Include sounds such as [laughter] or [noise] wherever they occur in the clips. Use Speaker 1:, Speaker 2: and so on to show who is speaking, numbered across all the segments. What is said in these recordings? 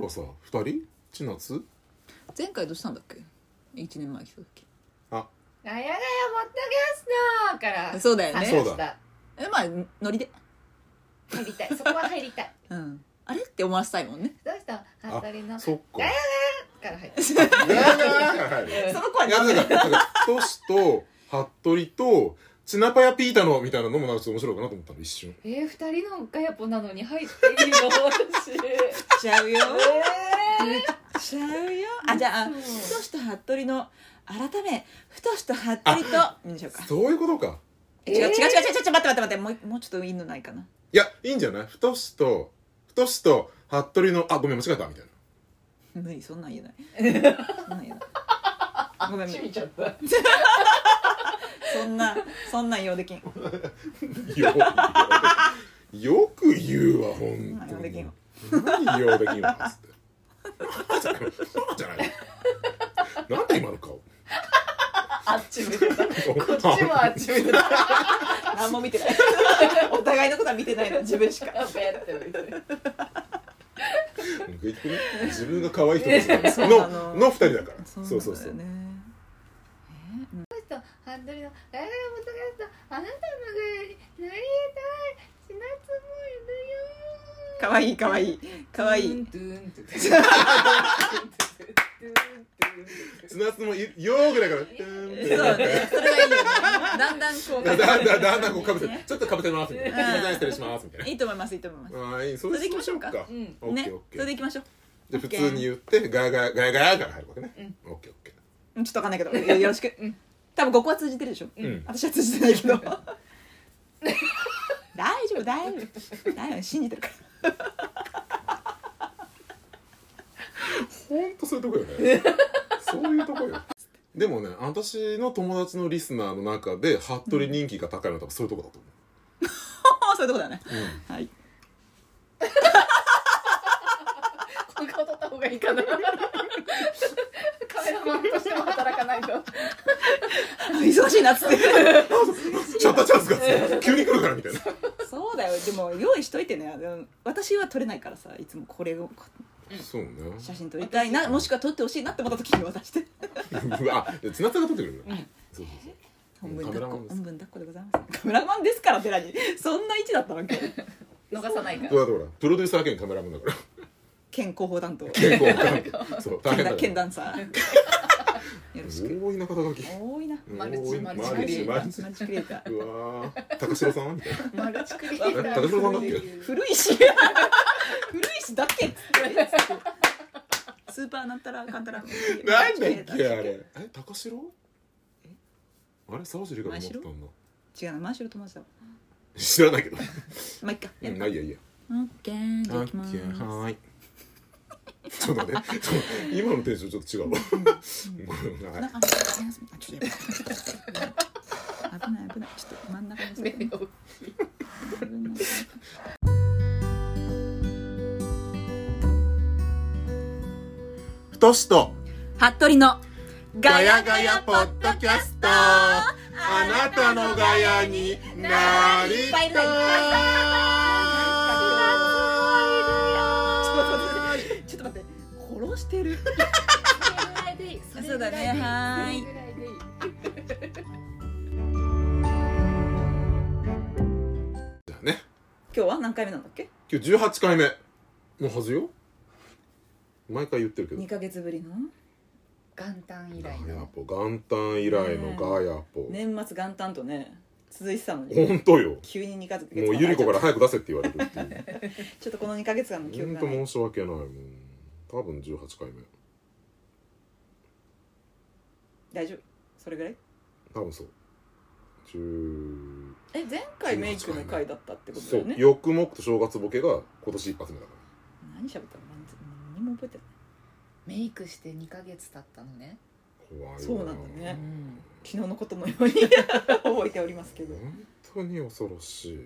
Speaker 1: らさ2人千夏
Speaker 2: 前回どうしたんだっけ1年前来た時
Speaker 1: あ
Speaker 3: ガヤガヤポッドキャストから
Speaker 2: そうだよね
Speaker 3: 参加した
Speaker 2: えまあノリで
Speaker 3: 入りたいそこは入りたい
Speaker 2: うんあれって思わせたいもんね
Speaker 3: どうしたハッりの
Speaker 1: そっか
Speaker 3: ガヤから入った
Speaker 1: ガヤガヤガヤ入る
Speaker 2: その子
Speaker 1: い [laughs] やなんかなんかトシと服部とチナパヤピータのみたいなのもなんかちょっと面白いかなと思ったの一瞬
Speaker 3: えー、二人のガヤポなのに入っていいの私
Speaker 2: ちゃうよ
Speaker 3: え
Speaker 2: ちゃうよあじゃあ
Speaker 3: そう
Speaker 2: 太しと服部の改め太しと服部と見ましょうか
Speaker 1: そういうことか
Speaker 2: 違う違う違う違う違う待って待って待ってもうもうちょっといいのないかない
Speaker 1: やいいんじゃない太しと太しと服部のあごめん間違えたみたいな
Speaker 2: 無理そんなん言えないそんなん言えないごめん
Speaker 3: ー、
Speaker 2: 無
Speaker 3: し
Speaker 2: 理
Speaker 3: みちゃった
Speaker 2: そんなそんなん用できん
Speaker 1: よよく言うわほん
Speaker 2: まあ呼ん
Speaker 1: と
Speaker 2: できん
Speaker 1: に
Speaker 2: わ
Speaker 1: 何よできんわっつってそうじゃないそうじゃないなんで今の顔
Speaker 3: あっち向いてたこっちもあっち向いてた
Speaker 2: 何も見てないお互いのことは見てないの自分しか
Speaker 3: ベって向いてる
Speaker 1: 結局ね自分が可愛い人たちなんです
Speaker 2: そ
Speaker 1: の
Speaker 2: うなの
Speaker 1: の二人だからそう
Speaker 2: なんだ
Speaker 1: そ
Speaker 2: よね
Speaker 1: うそう
Speaker 3: ハンドルのガヤガヤポッドキャストあなたのガヤになりたい千夏もいるよ
Speaker 2: かわいいかわいいかわいい
Speaker 1: 綱つもいよーぐらいから
Speaker 2: そうねそれがいいよねだんだんこう
Speaker 1: だんだんだんだんだんこうかぶせてちょっとかぶせますみたいな
Speaker 2: う
Speaker 1: 「
Speaker 2: ん
Speaker 1: 失礼します」みたい
Speaker 2: いいと思いますいいと思います
Speaker 1: なああいいそれ
Speaker 2: それでいきましょうか
Speaker 1: そ
Speaker 3: うん
Speaker 1: オッ
Speaker 2: ね
Speaker 1: ケーオッ
Speaker 2: そ
Speaker 1: ケ
Speaker 2: れで
Speaker 1: ー
Speaker 2: いきましょう
Speaker 1: で
Speaker 2: オ
Speaker 1: 普
Speaker 2: ッケー
Speaker 1: 通に言ってガヤガヤガヤガヤから入るわけねオッケーオッケ
Speaker 2: うんちょっとわかんないけどよよろしく
Speaker 3: うん
Speaker 2: 多分ここは通じてるでしょ
Speaker 1: ーうん
Speaker 2: 私は通じてないけど大丈夫大丈夫大丈夫信じてるから [laughs]
Speaker 1: ほんとそういうとこよ
Speaker 2: [laughs]
Speaker 1: ねそういうとこよでもね私の友達のリスナーの中で服部人気が高いのは多分そういうとこだと思
Speaker 2: ああそういうとこだね、はい
Speaker 3: この顔撮った方がいいかなカメラマンとしても働かないと
Speaker 2: あ忙しいなっつって [laughs]
Speaker 1: うシャッターチャンスが急に来るからみたいな
Speaker 2: そうだよでも用意しといてねうん私は撮れないからさいつもこれをこ
Speaker 1: そうね
Speaker 2: 写真撮りたいなもしくは撮ってほしいなって思った時に渡して
Speaker 1: あで綱田が撮ってくれるんだ
Speaker 2: うん
Speaker 1: そうそうそう
Speaker 2: 本文
Speaker 1: カメ
Speaker 2: 抱っ
Speaker 1: ラマ
Speaker 2: こ
Speaker 1: ンです
Speaker 2: 本文抱っこでございますカメラマンですから寺にそんな位置だったわけ
Speaker 3: 逃さないから
Speaker 1: そうだからプロデューサー兼カメラマンだから
Speaker 2: 県広報担当県
Speaker 1: 健康官そう大変だ
Speaker 2: ダ
Speaker 1: よ
Speaker 2: 県ダンサー [laughs] よろしく
Speaker 1: 多いな肩書き
Speaker 2: 多いな
Speaker 3: マルチ
Speaker 1: 多い
Speaker 3: マルチ
Speaker 1: マルチマ
Speaker 2: マ
Speaker 1: ル
Speaker 2: ル
Speaker 1: チ
Speaker 2: チクリエイター
Speaker 1: うわー高城さんみたいな
Speaker 3: マルチクリエイタ
Speaker 1: え高城さんだっけ
Speaker 2: 古いし [laughs] 古いしだっけっつってスーパーなんたらかんたら
Speaker 1: なんだっけあれえ高城あれ沢尻が持ってたんだ
Speaker 2: 違うな真っ白友達だわ
Speaker 1: 知らないけど
Speaker 2: まあいっか
Speaker 1: う
Speaker 2: や
Speaker 1: ん
Speaker 2: る
Speaker 1: まあい
Speaker 2: か
Speaker 1: いやいいや
Speaker 2: オッケー
Speaker 1: オ
Speaker 2: で
Speaker 1: ッ
Speaker 2: きます
Speaker 1: ケーはーいちょっと待ってちょっと今のテンションちょっと違うわごめんな
Speaker 2: な
Speaker 1: さ
Speaker 2: ん
Speaker 1: い
Speaker 2: かあちょっとやばい危ない危ないちょっと真ん中に座って
Speaker 3: ーを
Speaker 1: 太しと
Speaker 2: 服部の
Speaker 1: ガヤガヤポッドキャストあなたのガヤになりたい
Speaker 2: ちょっと待って殺してるそうだねはーい
Speaker 1: じゃあね
Speaker 2: 今日は何回目なんだっけ
Speaker 1: 今日18回目のはずよ毎回言ってるけど
Speaker 2: 二ヶ月ぶりの
Speaker 3: 元旦以
Speaker 1: ガ
Speaker 3: 来
Speaker 1: ヤ
Speaker 3: の
Speaker 1: ポ元旦以来のガヤポ、
Speaker 2: 年末元旦とね続いてたのに
Speaker 1: ほんとよ
Speaker 2: 急に二ヶ月
Speaker 1: もうゆり子から早く出せって言われるっていう
Speaker 2: ちょっとこの二ヶ月間の記憶
Speaker 1: 本
Speaker 2: が
Speaker 1: 当
Speaker 2: ない
Speaker 1: 申し訳ないもん多分18回目
Speaker 2: 大丈夫それぐらい
Speaker 1: 多分そう10
Speaker 2: え前回メイクの回だったってことだ
Speaker 1: そ
Speaker 2: よ
Speaker 1: う
Speaker 2: ね
Speaker 1: 欲目と正月ボケが今年一発目だか
Speaker 2: 何喋ったの何も覚えてない
Speaker 3: メイクして2ヶ月経ったのね、
Speaker 1: ら怖いわ
Speaker 2: そうなんだね
Speaker 3: ん、
Speaker 2: 昨日のことのように [laughs] 覚えておりますけど
Speaker 1: 本当に恐ろしい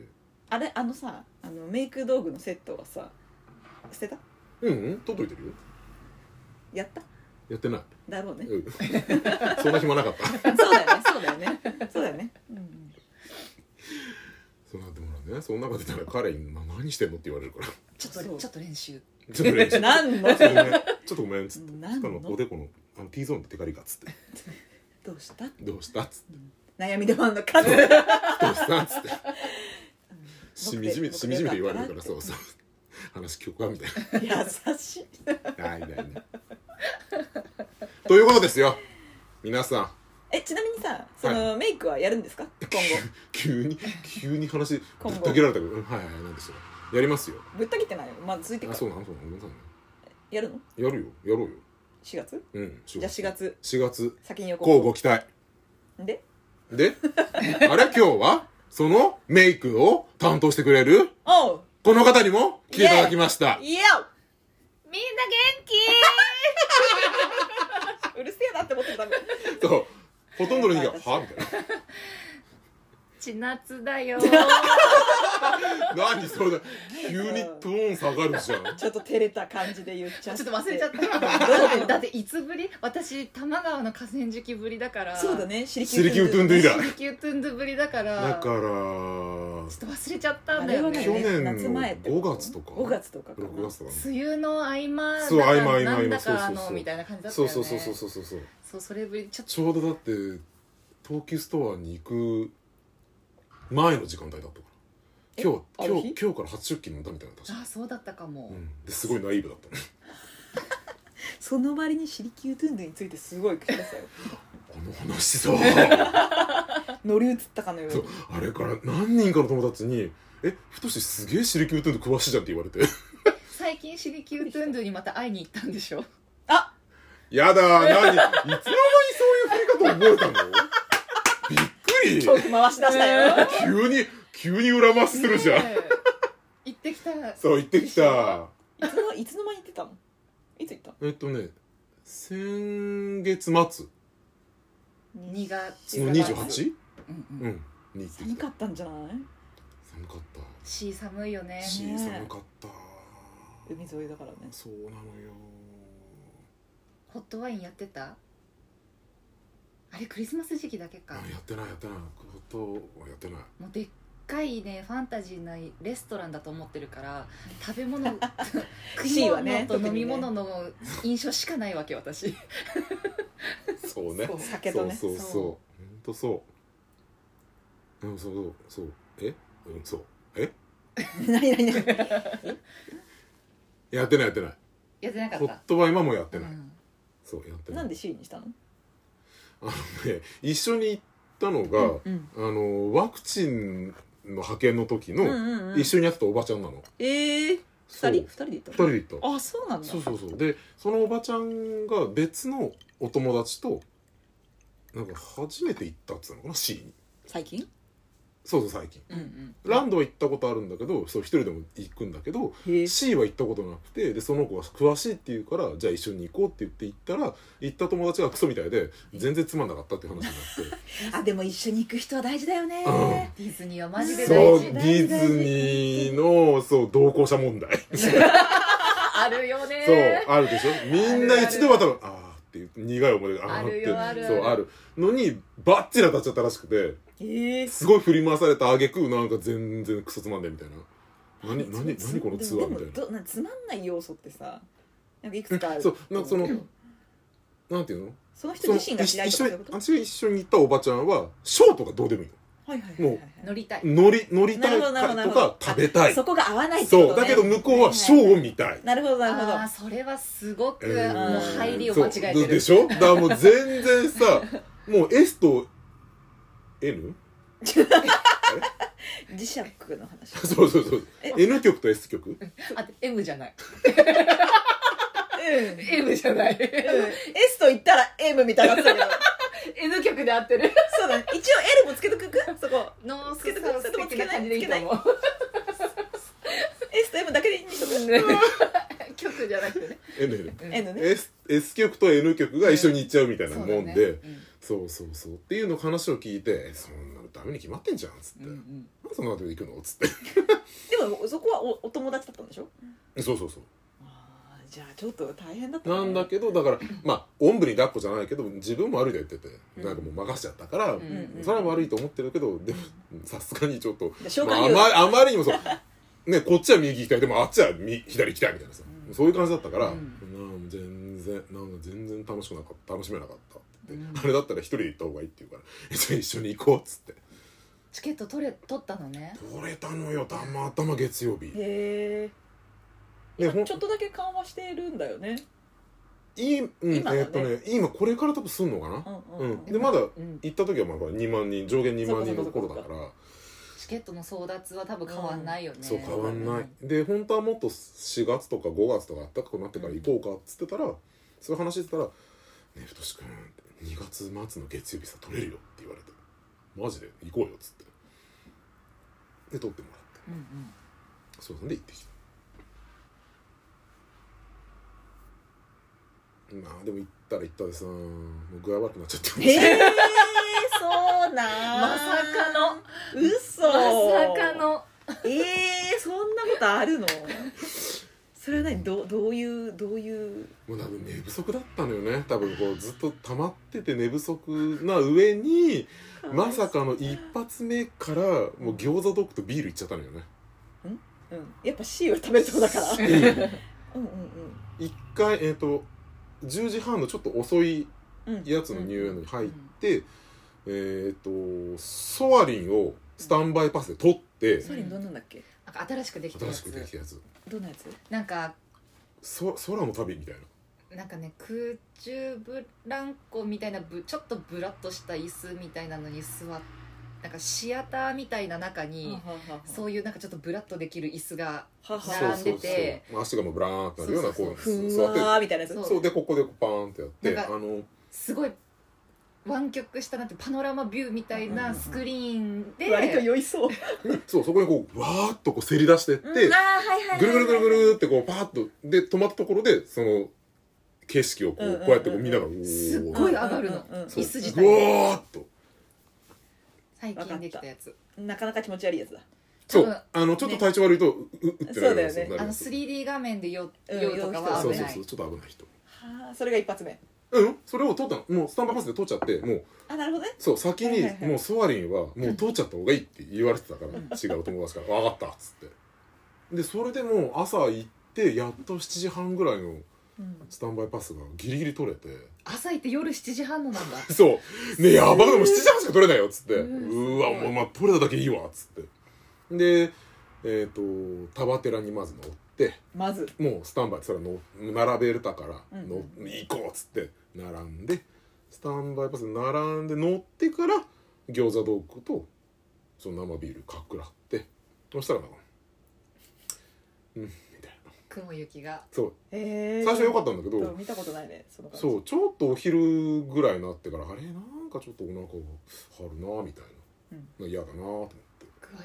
Speaker 2: あれあのさあのメイク道具のセットはさ捨てた
Speaker 1: うんうん届いてるよ
Speaker 2: やった
Speaker 1: やってない
Speaker 2: だろうね
Speaker 1: うん [laughs] そんな暇なかった
Speaker 2: そうだよねそうだよね [laughs] そうだよね、うん、
Speaker 1: そうなってもらうねその中でたら彼に「な何してんの?」って言われるから
Speaker 4: ちょっ
Speaker 2: そ
Speaker 4: と
Speaker 2: う
Speaker 4: ちょっと練習
Speaker 1: ちょっと
Speaker 2: [laughs]
Speaker 1: 練習
Speaker 2: 何の
Speaker 1: ちょっとごめんちょっとごめんっつって
Speaker 2: 何
Speaker 1: あのお
Speaker 2: の
Speaker 1: でこのあの T ゾーンのテカリがっつって
Speaker 2: どうした
Speaker 1: 「どうした?」っつって
Speaker 2: 悩みでもあんのか [laughs]
Speaker 1: 「
Speaker 2: と
Speaker 1: どうした?」っつってしみじみ
Speaker 2: 僕で
Speaker 1: しみじみで言われるか
Speaker 2: 僕
Speaker 1: ら
Speaker 2: で
Speaker 1: そうそう話聞こうかみたい
Speaker 2: 優しい
Speaker 1: なないないない [laughs] ということですよ皆さん
Speaker 2: えちなみにさその、メイクはやるんですか今
Speaker 1: [laughs]
Speaker 2: 後
Speaker 1: 急に急に話ぶ
Speaker 2: 今後
Speaker 1: った切られたけどうんはいはいなんでしょうやりますよ
Speaker 2: ぶった切ってないよまあ続いてか
Speaker 1: あそうなのそうなのごめんなさいね
Speaker 2: やるの
Speaker 1: やるよやろうよ
Speaker 2: 4月
Speaker 1: うんじ
Speaker 2: じゃあ4月
Speaker 1: 4月
Speaker 2: 先に予
Speaker 1: こう
Speaker 2: 告
Speaker 1: ご期待
Speaker 2: で
Speaker 1: であれ今日 [laughs] はそのメイクを担当してくれる
Speaker 2: おう
Speaker 1: この方にも来ていただきました
Speaker 2: いや
Speaker 3: みんな元 [laughs] 気
Speaker 2: うるせえなって思っ
Speaker 1: [laughs]
Speaker 2: てたんだ
Speaker 1: そうほとんどの人が「は?」みたい
Speaker 3: ちなつだよ
Speaker 1: な「何それだ急にトーン下がるじゃん」
Speaker 2: ちょっと照れた感じで言っち
Speaker 4: ち
Speaker 2: ゃ
Speaker 4: ょ
Speaker 2: っ
Speaker 4: ってと忘れちゃ
Speaker 2: っ
Speaker 4: った
Speaker 3: だ
Speaker 2: [laughs]
Speaker 3: ってだっていつぶり私多摩川の河川敷ぶりだから
Speaker 2: そうだねシリキ
Speaker 1: シリキュートゥンドゥイだ
Speaker 3: 地球トゥンドゥぶりだから
Speaker 1: だから
Speaker 3: ちょっと忘れちゃったんだよ
Speaker 2: あれは
Speaker 1: 去
Speaker 2: ね
Speaker 3: ね
Speaker 1: 年の
Speaker 2: 夏前ってこ
Speaker 1: 5
Speaker 2: と
Speaker 1: 月とか
Speaker 2: 5月とかかな
Speaker 1: 6月とかね
Speaker 3: 梅雨の合間だ
Speaker 1: そう合間合間合間
Speaker 3: なんだか
Speaker 1: そう
Speaker 3: あ
Speaker 1: そう
Speaker 3: の
Speaker 1: そう
Speaker 3: みたいな感じだった
Speaker 1: そう
Speaker 3: よね
Speaker 1: そうそうそうそうそうそう
Speaker 3: そうそれぶりちょっと
Speaker 1: ちょうどだって東急ストアに行く前の時間帯だったから今
Speaker 2: あ
Speaker 1: 日
Speaker 2: る
Speaker 1: 今
Speaker 2: 日
Speaker 1: 日今日から初出勤なんだみたいな確か
Speaker 3: あそうだったかも、
Speaker 1: うんですごいナイーブだったね
Speaker 2: その割にシリキュートゥンドゥンについてすごい口出すよ
Speaker 1: この話 [laughs] さそう
Speaker 2: 乗り移ったかのように
Speaker 1: あれから何人かの友達に「えふとしすげえシリキュートゥンド詳しいじゃん」って言われて [laughs]
Speaker 3: 最近シリキュートゥンドゥにまた会いに行ったんでしょ
Speaker 2: あ
Speaker 1: 「やだ何いつの間にそういう振り方覚えたの?」びっくり
Speaker 2: トーク回し出したよ
Speaker 1: 急に急に裏回しするじゃん、
Speaker 3: ねえ行ってきた
Speaker 1: そう行ってきた
Speaker 2: いつのいつの間に行ってたのいつ行ったの
Speaker 1: えっとね先月末
Speaker 3: 2月
Speaker 1: の 28?
Speaker 3: うん
Speaker 1: う
Speaker 3: うん
Speaker 1: んに行ってき
Speaker 2: 寒
Speaker 1: た
Speaker 2: かったんじゃない
Speaker 1: 寒かった
Speaker 3: し寒いよね
Speaker 1: し、
Speaker 2: ね
Speaker 1: 寒かった
Speaker 2: 海沿いだからね
Speaker 1: そうなのよ
Speaker 3: ホットワインやってたあれクリスマス時期だけか
Speaker 1: あやってないやってないことはやってない
Speaker 3: [laughs] もうでっかいねファンタジーなレストランだと思ってるから食
Speaker 1: [laughs]
Speaker 3: べ物食い
Speaker 2: C はね
Speaker 3: 物と飲み物の印象しかないわけ私
Speaker 1: そうね
Speaker 2: そう酒とね
Speaker 1: そうそうそう
Speaker 3: そう
Speaker 1: ほんとそううんそうそうえうんそうえ
Speaker 2: 何何何
Speaker 1: やってないやってない
Speaker 3: やってなかっ
Speaker 1: ホ
Speaker 3: た
Speaker 1: ットワインはもうやって
Speaker 3: う
Speaker 1: ない、
Speaker 3: ん
Speaker 1: そうやってな
Speaker 2: ないんで C にしたの
Speaker 1: あのね一緒に行ったのが、
Speaker 2: うん
Speaker 1: あのワクチンの派遣の時
Speaker 2: うん
Speaker 1: の
Speaker 2: うんうん
Speaker 1: 一緒にやってたおばちゃんなの、
Speaker 2: ええ
Speaker 1: そ
Speaker 2: 二
Speaker 1: う
Speaker 2: 人二人
Speaker 1: 二
Speaker 2: で行った
Speaker 1: 人
Speaker 2: の
Speaker 1: で行った
Speaker 2: あそうなんだ
Speaker 1: そうそうそうでそのおばちゃんが別のお友達となんか初めて行ったっつうのかな C に
Speaker 2: 最近
Speaker 1: そうそう最近
Speaker 3: うんうん
Speaker 1: ランドは行ったことあるんだけどそう一人でも行くんだけど
Speaker 2: へえ
Speaker 1: C は行ったことなくてでその子が詳しいって言うからじゃあ一緒に行こうって言って行ったら行った友達がクソみたいで全然つまんなかったっていう話になって
Speaker 2: あでも一緒に行く人は大事だよね
Speaker 1: う
Speaker 3: ディズニーはマジで
Speaker 1: そ
Speaker 3: 大
Speaker 1: う
Speaker 3: 事
Speaker 1: ディズニーのそう同行者問題
Speaker 3: あるよね
Speaker 1: そうあるでしょみんな一度は多分ああっていう苦い思い出があー
Speaker 3: あるよ
Speaker 1: っ
Speaker 3: あ
Speaker 1: て
Speaker 3: る
Speaker 1: そうあるのにバッチリ当たっちゃったらしくて
Speaker 2: ええ
Speaker 1: すごい振り回された挙句なんか全然クソつまんねえみたいな何何
Speaker 2: つ
Speaker 1: 何このツアーみた
Speaker 2: で
Speaker 1: い
Speaker 2: も
Speaker 1: な
Speaker 2: どなつまんない要素ってさなんかいくつかある
Speaker 1: そうなんかそのなんていうの
Speaker 2: その人
Speaker 1: その
Speaker 2: 自身が嫌いとかそういう
Speaker 1: 一緒に私が
Speaker 2: こと
Speaker 1: 一緒に行ったおばちゃんはショーとかどうでもいい
Speaker 2: はいはいはい
Speaker 1: も
Speaker 2: はい
Speaker 3: 乗りたい
Speaker 1: の乗り乗りたい
Speaker 2: なるほどなるほどな
Speaker 1: と
Speaker 2: るほ
Speaker 1: か
Speaker 2: ど
Speaker 1: 食べたい
Speaker 2: そこが合わないってこ
Speaker 1: そ
Speaker 2: と
Speaker 1: う
Speaker 2: ね
Speaker 1: だけど向こうはショーを見たい
Speaker 2: なるほどなるほ
Speaker 3: ああ
Speaker 2: ど
Speaker 3: それはすごく
Speaker 1: えー
Speaker 3: もう入りを間違え
Speaker 1: そ
Speaker 3: て
Speaker 1: うで
Speaker 3: る
Speaker 1: しょだからもう全然 [laughs] さもう S と N?
Speaker 2: [laughs] 磁石の話
Speaker 1: そうそうそう
Speaker 2: え
Speaker 1: N 曲と S 曲
Speaker 3: あ M じゃない
Speaker 2: うん
Speaker 3: M じゃ [laughs] ない
Speaker 2: S と言ったら M みたいな
Speaker 3: N 曲で合ってる
Speaker 2: [laughs] そうだね一応 L もつけ
Speaker 3: [laughs]
Speaker 2: とくくそこ
Speaker 3: ノース
Speaker 2: けてくれそれともつけない
Speaker 3: 感じでいいと思う
Speaker 2: S と M だけでいいんでしょ
Speaker 3: 曲じゃなくてね
Speaker 1: N N
Speaker 2: N ね
Speaker 1: S, S 曲と N 曲が一緒に行っちゃうみたいな
Speaker 3: そう
Speaker 1: も
Speaker 3: だ
Speaker 1: ん
Speaker 3: ね
Speaker 1: でそう,、そうそうっていうの話を聞いて「えそんなのダメに決まってんじゃん」っつって「
Speaker 3: うん
Speaker 1: な
Speaker 3: う
Speaker 1: ん
Speaker 3: うんん
Speaker 1: でそんなとこ行くの?」っつって
Speaker 2: でもそこはおお友達だったんでしょ
Speaker 1: そうそうそう
Speaker 2: あーじゃあちょっと大変だったね
Speaker 1: なんだけどだからまあおんぶに抱っこじゃないけど自分も悪いと言っててなんかもう任せちゃったから、
Speaker 3: ん
Speaker 2: うん
Speaker 1: それは悪いと思ってるけどでもさすがにちょっと
Speaker 2: で紹
Speaker 1: まあ
Speaker 2: 介
Speaker 1: あ
Speaker 2: 料
Speaker 1: まあまりにもそうね、こっちは右行きたいでもあっちはみ左行きたいみたいなさ、
Speaker 2: うん
Speaker 1: そういう感じだったから、
Speaker 2: うん
Speaker 1: なん全然なんか全然楽しくなかった楽しめなかったって、
Speaker 2: うん
Speaker 1: あれだったら一人で行った方がいいって言うからえじゃあ一緒に行こうっつって
Speaker 3: チケット取れ取ったのね
Speaker 1: 取れたのよたまたま月曜日
Speaker 2: へえ
Speaker 1: でほん
Speaker 2: ちょっとだけ緩和してるんだよね
Speaker 1: いいうん、え
Speaker 2: 今はね
Speaker 1: ーっとね今これから多分すんのか
Speaker 2: う
Speaker 1: な、
Speaker 2: ん
Speaker 1: う
Speaker 2: うんん、
Speaker 1: でまだ
Speaker 2: うん
Speaker 1: 行った時はまあほら2万人上限2万人の頃だから
Speaker 3: チケットの争奪は多分変わんないよね、
Speaker 1: そう変わんな
Speaker 3: う
Speaker 1: いで本当はもっと4月とか5月とかあったかくなってから行こうかっつってたら、そういう話してたら「ねえ太志くん2月末の月曜日さ取れるよ」って言われて「マジで行こうよ」っつってで取ってもらって
Speaker 3: うんうん
Speaker 1: そうなんで行ってきたまあでも行ったら行ったでさもう具合悪くなっちゃった
Speaker 2: へえそうなん
Speaker 3: まさかの
Speaker 2: 嘘
Speaker 3: まさかの
Speaker 2: ええそんなことあるのそれは何どうどういうどういう
Speaker 1: もう多分寝不足だったのよね多分こうずっと溜まってて寝不足な上にまさかの一発目からもう餃子ドッグとビールいっちゃったのよね
Speaker 2: うん、やっぱ C は食べそうだからうんうん
Speaker 1: 一回えっ、と10時半のちょっと遅い
Speaker 2: うんうん
Speaker 1: やつの入園に入って、えっ、とソアリンをスタンバイパスで取って
Speaker 2: ソリンどんなんだっけ
Speaker 3: なんか新しくできたや
Speaker 1: 新
Speaker 3: つ
Speaker 1: しくできたやつ
Speaker 2: どんなやつ
Speaker 3: なんか
Speaker 1: そ空の旅みたいな
Speaker 3: なんかね空中ブランコみたいなぶちょっとブラッとした椅子みたいなのに座っなんかシアターみたいな中に
Speaker 2: う
Speaker 3: そういうなんかちょっとブラッとできる椅子が
Speaker 2: はは
Speaker 1: そう
Speaker 3: 並ん
Speaker 1: そ
Speaker 3: で
Speaker 1: うそう
Speaker 3: て
Speaker 1: 足がもうブラーンってなるようなこ
Speaker 2: ふ
Speaker 1: うん座って
Speaker 2: わーみたいなやつ
Speaker 3: そう
Speaker 1: そうでここでこうパーンってやって
Speaker 3: なん
Speaker 1: あ
Speaker 3: か
Speaker 1: の
Speaker 3: すごい湾曲したなんてパノラマビューみたいなスクリーンで、
Speaker 2: 割と酔いそう
Speaker 1: そうそこにこうわーっとこうせり出してって、
Speaker 2: うんあーはいはいはいはい
Speaker 1: ぐるぐるぐるぐるってこうパーッとで止まったところでその景色をこ
Speaker 2: うん
Speaker 1: う
Speaker 2: うんう
Speaker 1: こ
Speaker 2: ん
Speaker 1: うやってこう見ながらお
Speaker 3: すっ
Speaker 1: ー
Speaker 3: ごい上がるの、
Speaker 2: うんうんうん
Speaker 1: そう
Speaker 3: 椅子自
Speaker 1: う
Speaker 3: 体
Speaker 1: わーっと
Speaker 3: 最近できたやつ
Speaker 2: なかなか気持ち悪いやつだ
Speaker 1: そ
Speaker 3: 多分
Speaker 1: うあのちょっと体調悪いとうううってなるやつ
Speaker 2: そうだよね
Speaker 1: な
Speaker 3: あ
Speaker 1: る
Speaker 3: の
Speaker 1: やつ
Speaker 3: 3D 画面で酔
Speaker 2: うん
Speaker 3: 酔うとかは
Speaker 1: そ
Speaker 3: 危
Speaker 1: うそう
Speaker 3: な
Speaker 1: そ
Speaker 3: いう
Speaker 1: ちょっと危ない人
Speaker 2: はあそれが一発目
Speaker 1: うんそれを取ったのもうスタンバイパスで取っちゃってもう
Speaker 2: あなるほどね
Speaker 1: そう先
Speaker 2: はい
Speaker 1: に
Speaker 2: はいはい
Speaker 1: もうソアリンはもう取っちゃった方がいいって言われてたから
Speaker 2: うん
Speaker 1: 違う友達から「分かった」っつってでそれでもう朝行ってやっと7時半ぐらいの
Speaker 2: うん
Speaker 1: スタンバイパスがギリギリ取れて
Speaker 3: 朝行って夜7時半のなんだ
Speaker 1: [laughs] そう。ねやばい、でも7時半しか取れないよ、っつって。
Speaker 3: うん
Speaker 1: うわ、もう、まあ、取れただけいいわ、っつって。で、えっ、と、タバテラにまず乗って、
Speaker 2: まず
Speaker 1: もうスタンバイ、それはの並べれたから、
Speaker 2: うん
Speaker 1: の行こう、っつって、並んで、スタンバイパス並んで乗ってから、餃子ドッグと、その生ビールかくらって、そしたらなんか、うん、みたいな。
Speaker 3: 雲行きが
Speaker 1: そう。
Speaker 2: え
Speaker 1: 最初良か
Speaker 2: っ
Speaker 1: ったんだけ
Speaker 2: た
Speaker 1: ど、
Speaker 2: 見たことないねその感じ
Speaker 1: そうちょっとお昼ぐらいになってからあれなんかちょっとお腹が張るなみたいな、嫌だなと思って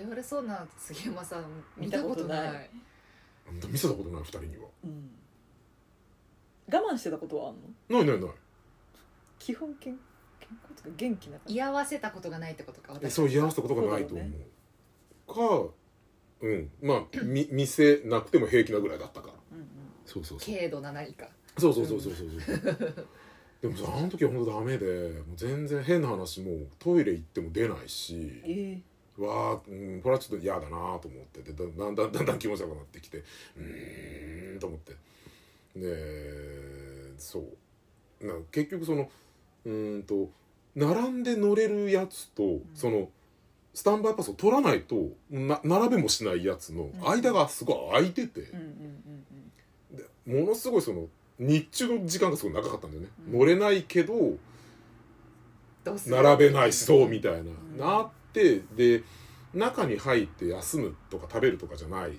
Speaker 3: 具合悪そうな杉山さん見
Speaker 2: 見
Speaker 3: た
Speaker 2: た
Speaker 3: こ
Speaker 2: ことと
Speaker 3: な
Speaker 2: ないい
Speaker 1: あんた見せたことない二人には
Speaker 2: うん我慢してたことはあんの
Speaker 1: ないないない
Speaker 2: 基本健健康とか元気な感じ
Speaker 3: 居合わせたことがないってことか
Speaker 1: え
Speaker 3: 私
Speaker 1: そう言い合わせたことがないと思うかうんま [clears throat] あみ見せなくても平気なぐらいだったから
Speaker 2: うんうん
Speaker 1: そうそうそう
Speaker 3: 軽度な何か
Speaker 1: そうそうそうそうそうそうでもさあの時は本当ダメでもう全然変な話もうトイレ行っても出ないし
Speaker 2: え
Speaker 1: わあ、うん、これはちょっと嫌だなと思ってでだだんだんだんだん気持ち悪くなってきてうーんと思ってでそうな結局そのうーんと並んで乗れるやつと、そのスタンバイパスを取らないとな並べもしないやつの
Speaker 2: ん
Speaker 1: 間がすごい空いてて、
Speaker 2: えうんうんうんうん
Speaker 1: でものすごいその日中の時間がすごい長かったんだよね、
Speaker 2: うん
Speaker 1: 乗れないけど
Speaker 3: どうする
Speaker 1: 並べないしそうみたいな、
Speaker 2: ん
Speaker 1: なってで中に入って休むとか食べるとかじゃない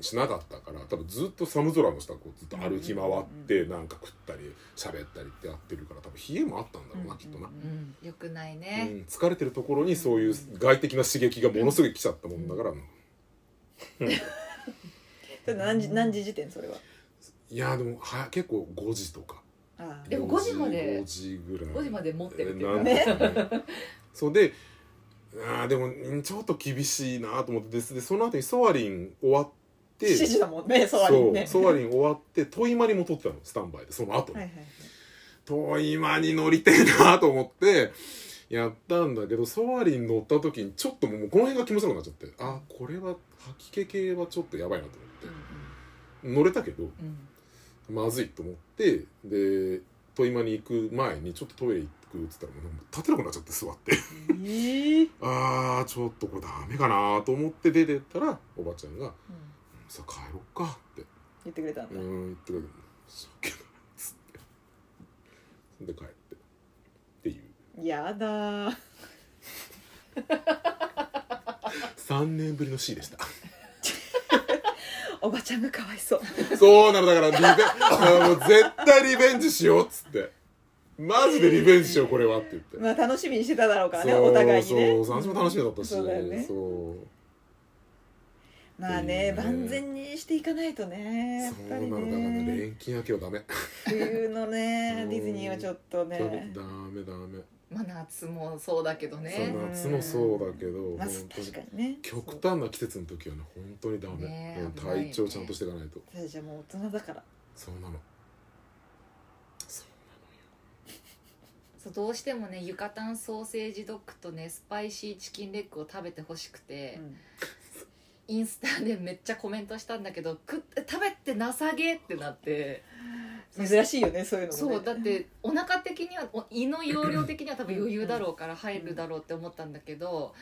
Speaker 1: しなかったから多分ずっと寒空の下こうずっと歩き回ってなんか食ったり喋ったりってやってるから多分冷えもあったんだろうな、
Speaker 2: うん
Speaker 1: きっとな、
Speaker 3: うんよくないうね、
Speaker 1: ん疲れてるところにそういう外的な刺激がものすごい来ちゃったもんだから、
Speaker 2: それ何時何時時点それはい
Speaker 1: やでもは結構5時とか
Speaker 2: ああ
Speaker 3: でも5時まで
Speaker 1: 5時ぐらい
Speaker 3: 5時まで持ってるっていう
Speaker 1: な
Speaker 3: か
Speaker 1: んですかね [laughs] そうであーでもうんちょっと厳しいなと思ってですでその後にソアリン終わって
Speaker 2: 7時だもんねソワリンね
Speaker 1: そうソアリン終わってトイマにも撮ってたのスタンバイでその後に、
Speaker 2: はいはいはい
Speaker 1: トイマに乗りてえなと思ってやったんだけどソワリン乗った時にちょっともうこの辺が気持ち悪くなっちゃってあこれは吐き気系はちょっとやばいなと思って乗れたけど
Speaker 3: うん
Speaker 1: まずいと思ってでトイマに行く前にちょっとトイレ行くっつったらもうなんか立てなくなっちゃって座って
Speaker 2: えー、
Speaker 1: あーちょっとこれダメかなと思って出てったらおばちゃんが「さあ帰ろっか」って
Speaker 2: 言ってくれたん
Speaker 1: う
Speaker 2: だ、
Speaker 1: ーん言ってくれて「そうけど」つってそんで帰ってっていう
Speaker 2: やだー
Speaker 1: 3年ぶりの C でした
Speaker 2: おばちゃんがかわいそう
Speaker 1: そうなのだからリベンあのもう絶対リベンジしようっつってマジでリベンジしようこれはって言って、
Speaker 2: まあ楽しみにしてただろうからね
Speaker 1: そう
Speaker 2: お互いにね
Speaker 1: そう私も楽しみだったし
Speaker 2: そうだよね
Speaker 1: そう
Speaker 2: まあね
Speaker 1: うん
Speaker 2: 万全にしていかないとねやっ
Speaker 1: そう
Speaker 2: ぱ
Speaker 1: な
Speaker 2: り
Speaker 1: のだからね
Speaker 2: ね
Speaker 1: 錬金明けはダメ
Speaker 2: 冬のね
Speaker 1: うん
Speaker 2: ディズニーはちょっと
Speaker 1: ダ
Speaker 2: ね
Speaker 1: メダメダメ
Speaker 3: まあ夏もそうだけどね
Speaker 1: そう夏もそうだけど
Speaker 2: まあ
Speaker 1: 本当に
Speaker 2: 確かにね
Speaker 1: 極端な季節の時はね本当にダメ、
Speaker 3: ねえ
Speaker 1: うん
Speaker 3: 危ないよね
Speaker 1: 体調ちゃんとしていかないと
Speaker 2: そうじゃあもう大人だから
Speaker 1: そうなの [laughs] そう
Speaker 3: そうどうしてもねユカタンソーセージドッグとねスパイシーチキンレッグを食べてほしくて、インスタでめっちゃコメントしたんだけど「食って食べてなさげ」ってなって
Speaker 2: うん珍しいよねそういうのも
Speaker 3: そうだ
Speaker 2: ね
Speaker 3: ってお腹的にはお胃の容量的には多分余裕だろうから入るだろうって思ったんだけど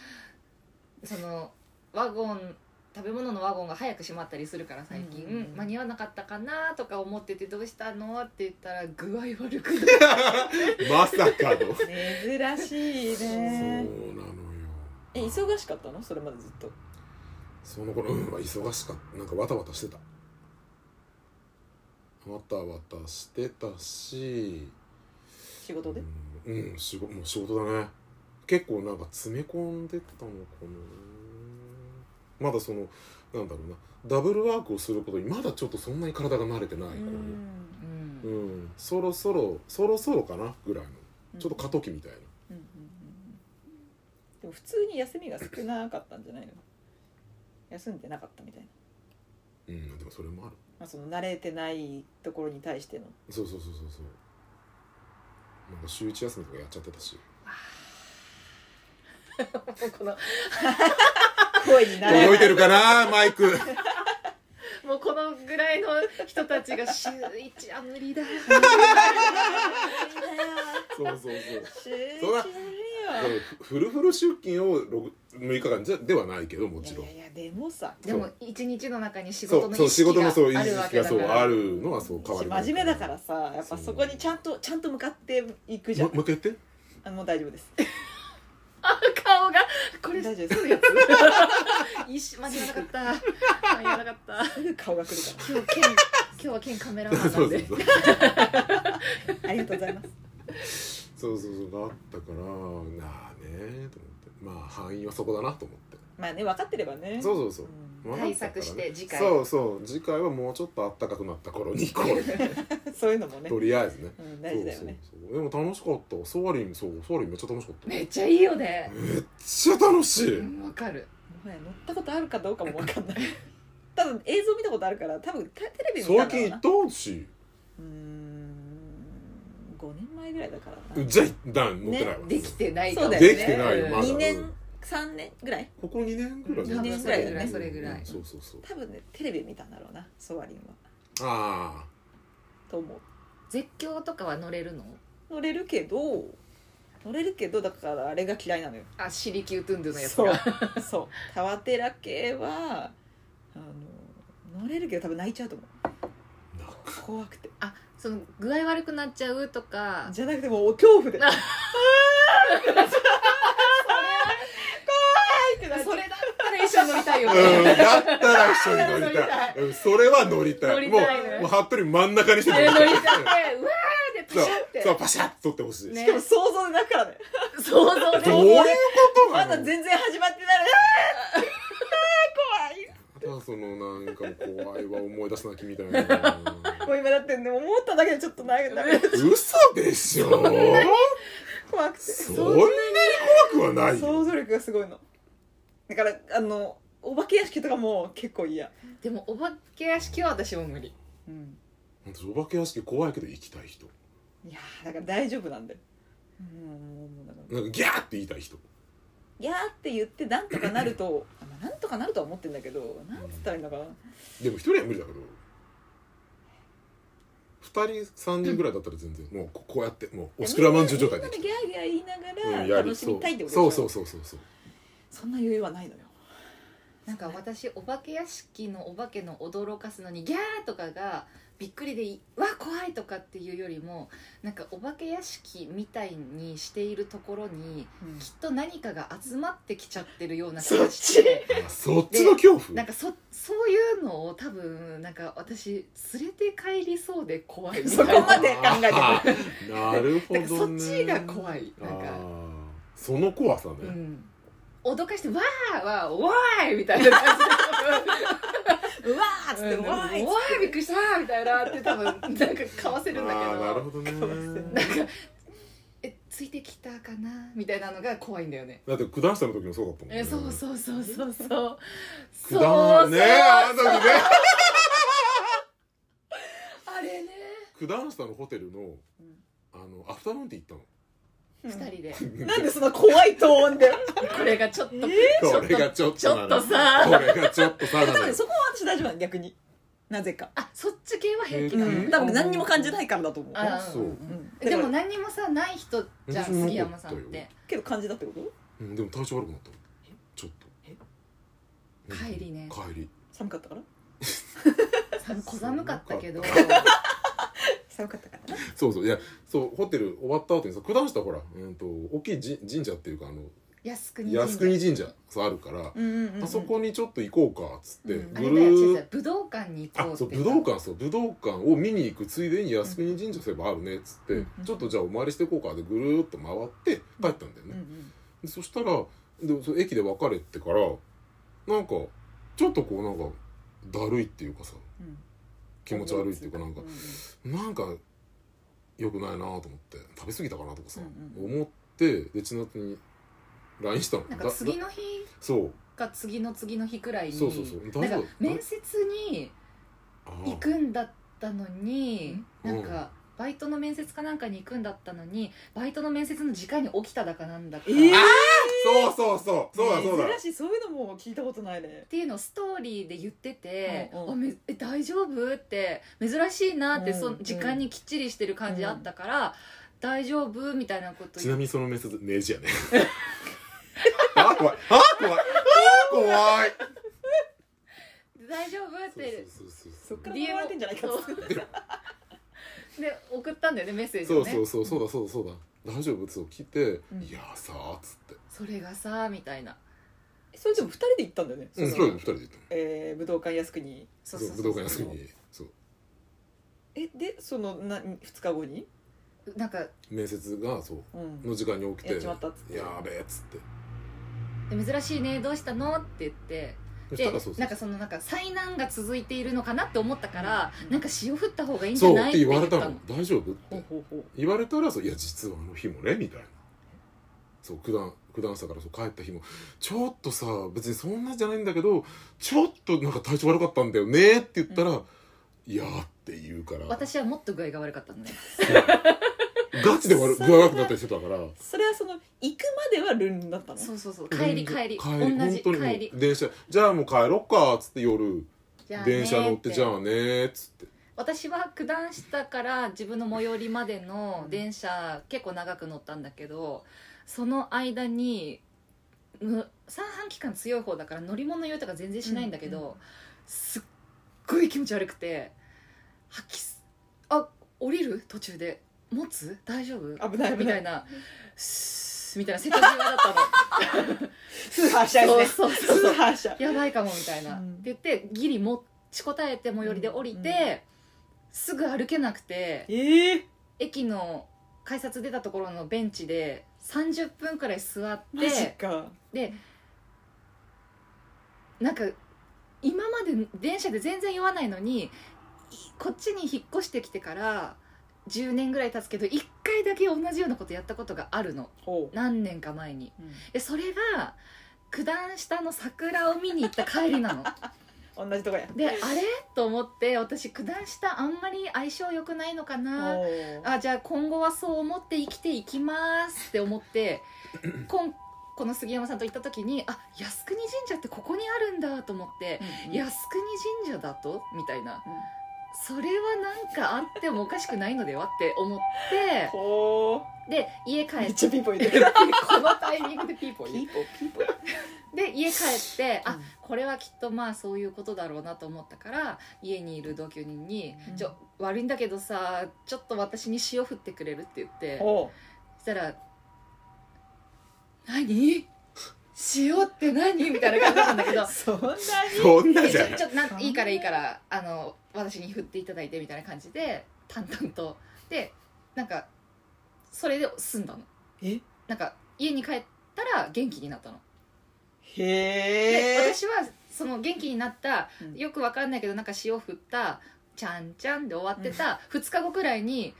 Speaker 3: そのワゴン食べ物のワゴンが早く閉まったりするから最近、
Speaker 2: うん
Speaker 3: 間に合わなかったかなとか思ってて「どうしたの?」って言ったら具合悪くなっ
Speaker 1: なのよまさかのそう
Speaker 2: 珍しい
Speaker 1: なの
Speaker 2: ね
Speaker 1: よ
Speaker 2: え忙しかったのそれまでずっと
Speaker 1: その頃うん忙しかったなんかわたわたしてたわたわたしてたし
Speaker 2: 仕事で
Speaker 1: うん、うん仕事もう仕事だね結構なんか詰め込んでたのかなまだそのなんだろうなダブルワークをすることにまだちょっとそんなに体が慣れてない頃
Speaker 2: うん
Speaker 3: うん
Speaker 1: うん、そろそろそろそろかなぐらいのちょっと過渡期みたいな、
Speaker 2: うんうんうんうんでも普通に休みが少なかったんじゃないの休んでなかったみたいな、
Speaker 1: うん、でもそれもある
Speaker 2: まあ、その慣れてないところに対
Speaker 1: [laughs]
Speaker 2: しての
Speaker 1: そうそうそうそうそうなんか週一休みとかやっちゃってたし
Speaker 3: もう [laughs] この
Speaker 2: 声にならな
Speaker 1: 届い
Speaker 2: い
Speaker 1: てるかなマイク
Speaker 3: [laughs] もうこのぐらいの人たちが週一あ無理だよ
Speaker 1: そうそうそう
Speaker 2: 週一
Speaker 1: そんなだ
Speaker 2: や
Speaker 1: から
Speaker 2: れよ
Speaker 1: ふフルフル出勤を 6, 日間じゃではないけどもちろん
Speaker 2: いやいやいやでもさ
Speaker 3: でも一日の中に仕
Speaker 1: そ
Speaker 3: 事
Speaker 1: う
Speaker 3: の
Speaker 1: そう
Speaker 3: 意
Speaker 1: 仕
Speaker 3: 識
Speaker 1: 事のそう意
Speaker 3: があるわ
Speaker 1: 識
Speaker 3: け
Speaker 1: が
Speaker 3: だ
Speaker 1: そう
Speaker 3: か
Speaker 1: あ
Speaker 3: ら
Speaker 1: るのはそう変わりない
Speaker 2: 真面目だからさやっぱ
Speaker 1: そう
Speaker 2: そこにちゃんとちゃんと向かっていくじゃ
Speaker 1: も
Speaker 2: ん
Speaker 1: もう一回言って
Speaker 2: あの大丈夫です
Speaker 3: 顔がこ
Speaker 1: [laughs]
Speaker 3: れ
Speaker 2: 大丈夫です
Speaker 3: そうやつ一瞬間に合わなかった間に合わなかった
Speaker 2: すぐ [laughs] 顔が来るか
Speaker 3: [laughs] 今日ケン今日はケンカメラマンな
Speaker 1: そ
Speaker 3: ん
Speaker 1: うそう
Speaker 3: で
Speaker 1: [laughs] そう
Speaker 2: らありがとうございます
Speaker 1: そうそうそうがあったからなあねと思ってまあ範囲はそこだなと思って
Speaker 2: まあね分かってればね
Speaker 1: そうそうそううんまあ
Speaker 3: 対策して次回
Speaker 1: そうそう次回はもうちょっとあったかくなった頃に行こ
Speaker 3: [laughs]
Speaker 1: う
Speaker 2: [laughs] そういうのもね
Speaker 1: とりあえずね
Speaker 2: うん大事だよね
Speaker 1: そうそうそうでも楽しかったソワリンそうソワリンめっちゃ楽しかっため
Speaker 3: め
Speaker 1: っ
Speaker 3: っちゃいいよね
Speaker 1: ちゃ楽しい、
Speaker 3: うんわかる
Speaker 2: もはや乗ったことあるかどうかも分かんない [laughs] 多分映像見たことあるから多分テレビ見たんだ
Speaker 1: 最
Speaker 2: ろ
Speaker 1: 近
Speaker 2: うな
Speaker 1: 行ったし
Speaker 2: うーん5年前ぐらいだからな
Speaker 1: じゃあ段乗ってないわ、
Speaker 3: できてないかも
Speaker 2: そうだよね
Speaker 1: できてないよまだ
Speaker 2: 2
Speaker 1: う
Speaker 2: 年
Speaker 1: ん
Speaker 2: 3年ぐらい
Speaker 1: ここ2年ぐらい
Speaker 2: うん二年ぐらいだね
Speaker 3: それぐらい
Speaker 1: そうそうそう
Speaker 2: 多分ねテレビ見たんだろうなソワリンは
Speaker 1: ああ
Speaker 2: と思う
Speaker 3: 絶叫とかは乗れるの
Speaker 2: 乗れるけど乗れるけどだからあれが嫌いなのよ
Speaker 3: あシリキュートゥンドゥのやつ
Speaker 2: そう
Speaker 3: が
Speaker 2: そうタワテラ系はあの乗れるけど多分泣いちゃうと思う
Speaker 1: 泣く
Speaker 2: 怖くて
Speaker 3: あその具合悪くなっちゃうとか
Speaker 2: じゃなくてもう恐怖で
Speaker 3: あ
Speaker 2: あーそれは怖いってなっちゃ
Speaker 3: そうれだったら一緒に乗りたいよ
Speaker 1: うん、
Speaker 3: ね
Speaker 1: だったら一緒に乗りたい。うんそれは乗りたい。
Speaker 3: 乗りたいね
Speaker 1: もう、もう服部真ん中にして
Speaker 3: 乗りたいねうわーでパ
Speaker 1: そう
Speaker 3: シャって
Speaker 1: そう、パシャッと撮ってほしい。
Speaker 3: ね
Speaker 2: しかも想像で泣くからね
Speaker 3: 想像で
Speaker 1: どういうこと
Speaker 2: ま
Speaker 1: なの
Speaker 2: だ全然始まってない
Speaker 1: あとはその、なんかもう怖いわ、思い出す泣きみたいな。
Speaker 2: のもう今だってね思っただけでちょっと泣く泣く
Speaker 1: 嘘でしょ
Speaker 2: 怖くて
Speaker 1: そ
Speaker 2: 想
Speaker 1: んなに怖くはないよ。
Speaker 2: 像力がすごいのだからあのお化け屋敷とかも結構嫌
Speaker 3: でもお化け屋敷は私も無理
Speaker 2: うん
Speaker 1: 本当お化け屋敷怖いけど行きたい人。
Speaker 2: いやーだから大丈夫なんだようんだから
Speaker 1: なんかギャーって言いたい人
Speaker 2: ギャーって言ってなんとかなるとあまあなんとかなるとは思ってんだけどなんつったらいいのかな
Speaker 1: でも一人は無理だけど二人三人ぐらいだったら全然、もうここうやってもうおしくらまんじゅう状態で
Speaker 2: みんなでギャーギャー言いなが
Speaker 1: うん
Speaker 2: ら
Speaker 1: やり
Speaker 2: 楽しみたいってこと
Speaker 1: そうそう
Speaker 2: そ
Speaker 1: そうそうそう
Speaker 2: そんな余裕はないのよ
Speaker 3: なんか私お化け屋敷のお化けの驚かすのにギャーとかがびっくりでいわ怖いとかっていうよりもなんかお化け屋敷みたいにしているところに
Speaker 2: うん
Speaker 3: きっと何かが集まってきちゃってるような気
Speaker 2: そ
Speaker 3: が
Speaker 2: っ
Speaker 3: し
Speaker 2: ち
Speaker 3: て
Speaker 1: あそっちの恐怖
Speaker 3: なんかそそういうのを多分なんか私連れて帰りそうで怖いみたい
Speaker 2: そ
Speaker 3: な
Speaker 2: こまで考
Speaker 1: あ
Speaker 2: えて
Speaker 1: ーなるほ
Speaker 3: なんか
Speaker 1: ど
Speaker 3: そっ
Speaker 1: ね
Speaker 3: ちが怖い
Speaker 1: あ
Speaker 3: なんか、
Speaker 1: ーその怖さね、
Speaker 3: うん、脅かして「わーわーわーい!」みたいな感じで
Speaker 2: くるうわーっつって
Speaker 3: うん
Speaker 2: うわーいっつっ
Speaker 3: わーびっくりしたみたいなって多分なんかかわせるんだけ
Speaker 1: あ
Speaker 3: ど
Speaker 1: ーなるほどね
Speaker 3: なんかえついてきたかなみたいなのが怖いんだよね
Speaker 1: だって九段下の時もそうだったもんね
Speaker 3: えそうそうそうそうそう
Speaker 1: 九段ねえあの時ね
Speaker 3: あれね
Speaker 1: 九段下のホテルの
Speaker 2: うん
Speaker 1: あのアフタヌーンティー行った
Speaker 2: て
Speaker 3: 二人で
Speaker 1: の
Speaker 2: なんでそんな怖いトーンで
Speaker 3: これがちょっとちょ
Speaker 1: [laughs] こ
Speaker 3: っ
Speaker 1: れが
Speaker 3: と
Speaker 1: ちょっと
Speaker 3: ちょっと
Speaker 1: なの
Speaker 3: さ
Speaker 1: これがちょっとさなの
Speaker 2: [laughs]
Speaker 1: よ
Speaker 2: そこは私大丈夫なの逆になぜか
Speaker 3: あそっち系は平気
Speaker 2: う
Speaker 3: なの、
Speaker 2: ん多分何にも感じ
Speaker 3: い
Speaker 2: ないからだと思う
Speaker 3: あ
Speaker 1: そう
Speaker 2: うん
Speaker 3: で
Speaker 2: だか
Speaker 3: も
Speaker 2: ら
Speaker 3: 何にもさない人じゃん
Speaker 1: 私も
Speaker 3: 杉山さんっ
Speaker 1: 思ったよ
Speaker 3: て
Speaker 2: けど感じだってこと
Speaker 1: うんでも体調悪くなったちょっと
Speaker 3: え帰りね
Speaker 1: 帰り
Speaker 2: 寒かったから
Speaker 3: 寒小寒かったけど
Speaker 1: 寒
Speaker 2: 寒かったからな
Speaker 1: そうそういやそうホテル終わった後にさ九段下ほらうんと大きいじ神社っていうかあの
Speaker 3: 靖国神
Speaker 1: 靖
Speaker 3: 社
Speaker 1: 国神社そうあるから
Speaker 2: うんうんうんうん
Speaker 1: あそこにちょっと行こうかっつって
Speaker 2: うん
Speaker 3: あ
Speaker 1: ぐ
Speaker 3: れ
Speaker 1: る
Speaker 3: だよ違う違
Speaker 1: ーっ
Speaker 3: う武道館に行
Speaker 1: あ
Speaker 3: こうって
Speaker 1: そう
Speaker 3: 言
Speaker 1: 武
Speaker 3: った
Speaker 1: 道館そう武道館を見に行くついでに靖国神社そういえばあるねっつって、
Speaker 2: うん
Speaker 1: ちょっとじゃあお参りしていこうかでぐるーっと回って帰ったんだよね、
Speaker 2: うん
Speaker 1: でそしたらでその駅で別れてからなんかちょっとこうなんかだるいっていうかさ
Speaker 2: うんうん
Speaker 1: 気持ち悪いっていうかなんか
Speaker 2: うん
Speaker 1: なんか良くないなと思って食べ過ぎたかなとかさ、
Speaker 2: うんう
Speaker 1: 思ってで千夏に LINE したの
Speaker 3: なん
Speaker 1: だ
Speaker 3: か
Speaker 1: だ
Speaker 3: 次の日
Speaker 1: そう
Speaker 3: か次の次の日くらいに
Speaker 1: そうそうそう大丈
Speaker 3: なん
Speaker 1: 夫
Speaker 3: か面接に
Speaker 1: あ
Speaker 3: 行くんだったのに
Speaker 1: う
Speaker 3: なんんかバイトの面接かなんかに行くんだったのにバイトの面接の時間に起きただかなんだか、
Speaker 2: えー
Speaker 3: っ
Speaker 1: そうそうそうそうだそうだ
Speaker 2: 珍しいそういうのも聞いたことないね
Speaker 3: ていうのをストーリーで言ってて「
Speaker 2: うんうん
Speaker 3: あめえ大丈夫?」って珍しいなって、
Speaker 2: うん
Speaker 3: そ
Speaker 2: うん
Speaker 3: 時間にきっちりしてる感じあったから「大丈夫?」みたいなこと
Speaker 1: ちな
Speaker 3: 言っ
Speaker 1: みにその面接ネジやね [laughs] あ怖いあ怖いあ怖い
Speaker 3: て「大丈夫?」って
Speaker 1: そうそう
Speaker 2: そっから
Speaker 3: 理由
Speaker 2: 言わ
Speaker 3: も
Speaker 2: れてんじゃないか
Speaker 3: そう
Speaker 2: と
Speaker 3: [laughs] で送ったんだよねメッセージ
Speaker 1: そ
Speaker 3: を
Speaker 1: う
Speaker 3: ね
Speaker 1: そうそうそうだそうだそうだ大丈夫そう聞いて、
Speaker 2: うん
Speaker 1: いやーさーっつって
Speaker 3: それがさみたいな
Speaker 2: それでも二人で行ったんだよね
Speaker 1: うん
Speaker 3: そう
Speaker 1: それ二人で行ったの
Speaker 2: えー武道館靖国
Speaker 3: そう
Speaker 1: そう武道館靖国にそう
Speaker 2: えでそのな二日後に
Speaker 3: なんか
Speaker 1: 面接がそううの
Speaker 2: ん
Speaker 1: 時間に起きて
Speaker 2: やっちまったっつって
Speaker 1: やーべえっつって
Speaker 3: で珍しいねどうしたのって言って
Speaker 1: そし
Speaker 3: で
Speaker 1: たらそう
Speaker 3: なんかそのなんか災難が続いているのかなって思ったから、
Speaker 2: うん
Speaker 3: なんか塩振った方がいいんじ
Speaker 1: そ
Speaker 3: ゃ
Speaker 1: う
Speaker 3: な
Speaker 1: っ
Speaker 3: い
Speaker 1: て言われた
Speaker 3: って
Speaker 1: の大丈夫っ
Speaker 2: ほう
Speaker 1: て
Speaker 2: ほうほう
Speaker 1: 言われたらそういや実はあの日もねみたいなそう九段九段下からそう帰った日もちょっとさ別にそんなじゃないんだけどちょっとなんか体調悪かったんだよねって言ったら、いやーって言うから
Speaker 3: 私はもっと具合が悪かったのね
Speaker 1: ガチで悪具合悪くなったりしてたから
Speaker 2: それはその行くまではルンルンだったの
Speaker 3: そうそうそう帰り帰
Speaker 1: 帰
Speaker 3: り同じ
Speaker 1: 本当にもう
Speaker 3: 帰り
Speaker 1: 電車じゃあもう帰ろっかっつって夜
Speaker 3: じゃあねー
Speaker 1: 電車乗ってじゃあねーっつって
Speaker 3: 私は九段下から自分の最寄りまでの電車結構長く乗ったんだけどその間にむ三半規管強い方だから乗り物酔いとか全然しないんだけど、
Speaker 2: うんう
Speaker 3: すっごい気持ち悪くて吐きすあ降りる途中で持つ大丈夫
Speaker 2: 危ない危ない
Speaker 3: みたいなすみたいな瀬戸際
Speaker 2: [laughs]
Speaker 3: だったの
Speaker 2: 通販したいですね
Speaker 3: そうそうそう
Speaker 2: 通販した
Speaker 3: やばいかもみたいな、
Speaker 2: うん
Speaker 3: って言ってギリ持ちこたえて最寄りで降りて、
Speaker 2: うん
Speaker 3: すぐ歩けなくて
Speaker 2: ええ
Speaker 3: 駅の改札出たところのベンチで30分くらい座っ
Speaker 2: マジ
Speaker 3: て
Speaker 2: か
Speaker 3: でなんか今まで電車で全然酔わないのにいこっちに引っ越してきてから10年ぐらい経つけど1回だけ同じようなことやったことがあるの
Speaker 2: ほ
Speaker 3: 何年か前に
Speaker 2: う、うん
Speaker 3: でそれが九段下の桜を見に行った帰りなの
Speaker 2: 同じとこや
Speaker 3: であれと思って私九段下あんまり相性良くないのかな
Speaker 2: おー
Speaker 3: あじゃあ今後はそう思って生きていきますって
Speaker 2: [clears throat]
Speaker 3: 思ってこんこの杉山さんと行った時にあ靖国神社ってここにあるんだと思って
Speaker 2: うんうん
Speaker 3: 靖国神社だとみたいな
Speaker 2: うん
Speaker 3: それはなんかあってもおかしくないのではって思って
Speaker 2: ほ
Speaker 3: で家帰
Speaker 2: ーめっ
Speaker 3: って
Speaker 2: ちゃピーポー [laughs] 言ってる
Speaker 3: このタイミングで [laughs] ピーポ
Speaker 2: ピ
Speaker 3: ー言う
Speaker 2: ーポーピーポー
Speaker 3: で家帰ってあ
Speaker 2: うん
Speaker 3: これはきっとまあそういうことだろうなと思ったから家にいる同居人に
Speaker 2: う
Speaker 3: 「
Speaker 2: ん
Speaker 3: ちょ悪いんだけどさちょっと私に塩振ってくれる?」って言ってそ
Speaker 2: おー
Speaker 3: したら「何塩って何?」みたいな感じだったんだけ
Speaker 2: [laughs]
Speaker 3: ど
Speaker 2: そんなに
Speaker 1: そんな
Speaker 3: で
Speaker 1: じ
Speaker 3: ち
Speaker 1: ゃ
Speaker 3: ょ
Speaker 1: ない
Speaker 3: ちょっとないいからいいからあの私に振っていただいてみたいな感じで淡々とでなんかそれで済んだの
Speaker 2: え
Speaker 3: なんか家に帰ったら元気になったので
Speaker 2: へえ
Speaker 3: 私はその元気になった
Speaker 2: うん
Speaker 3: よくわかんないけどなんか塩振ったちゃんちゃんで終わってた2日後くらいに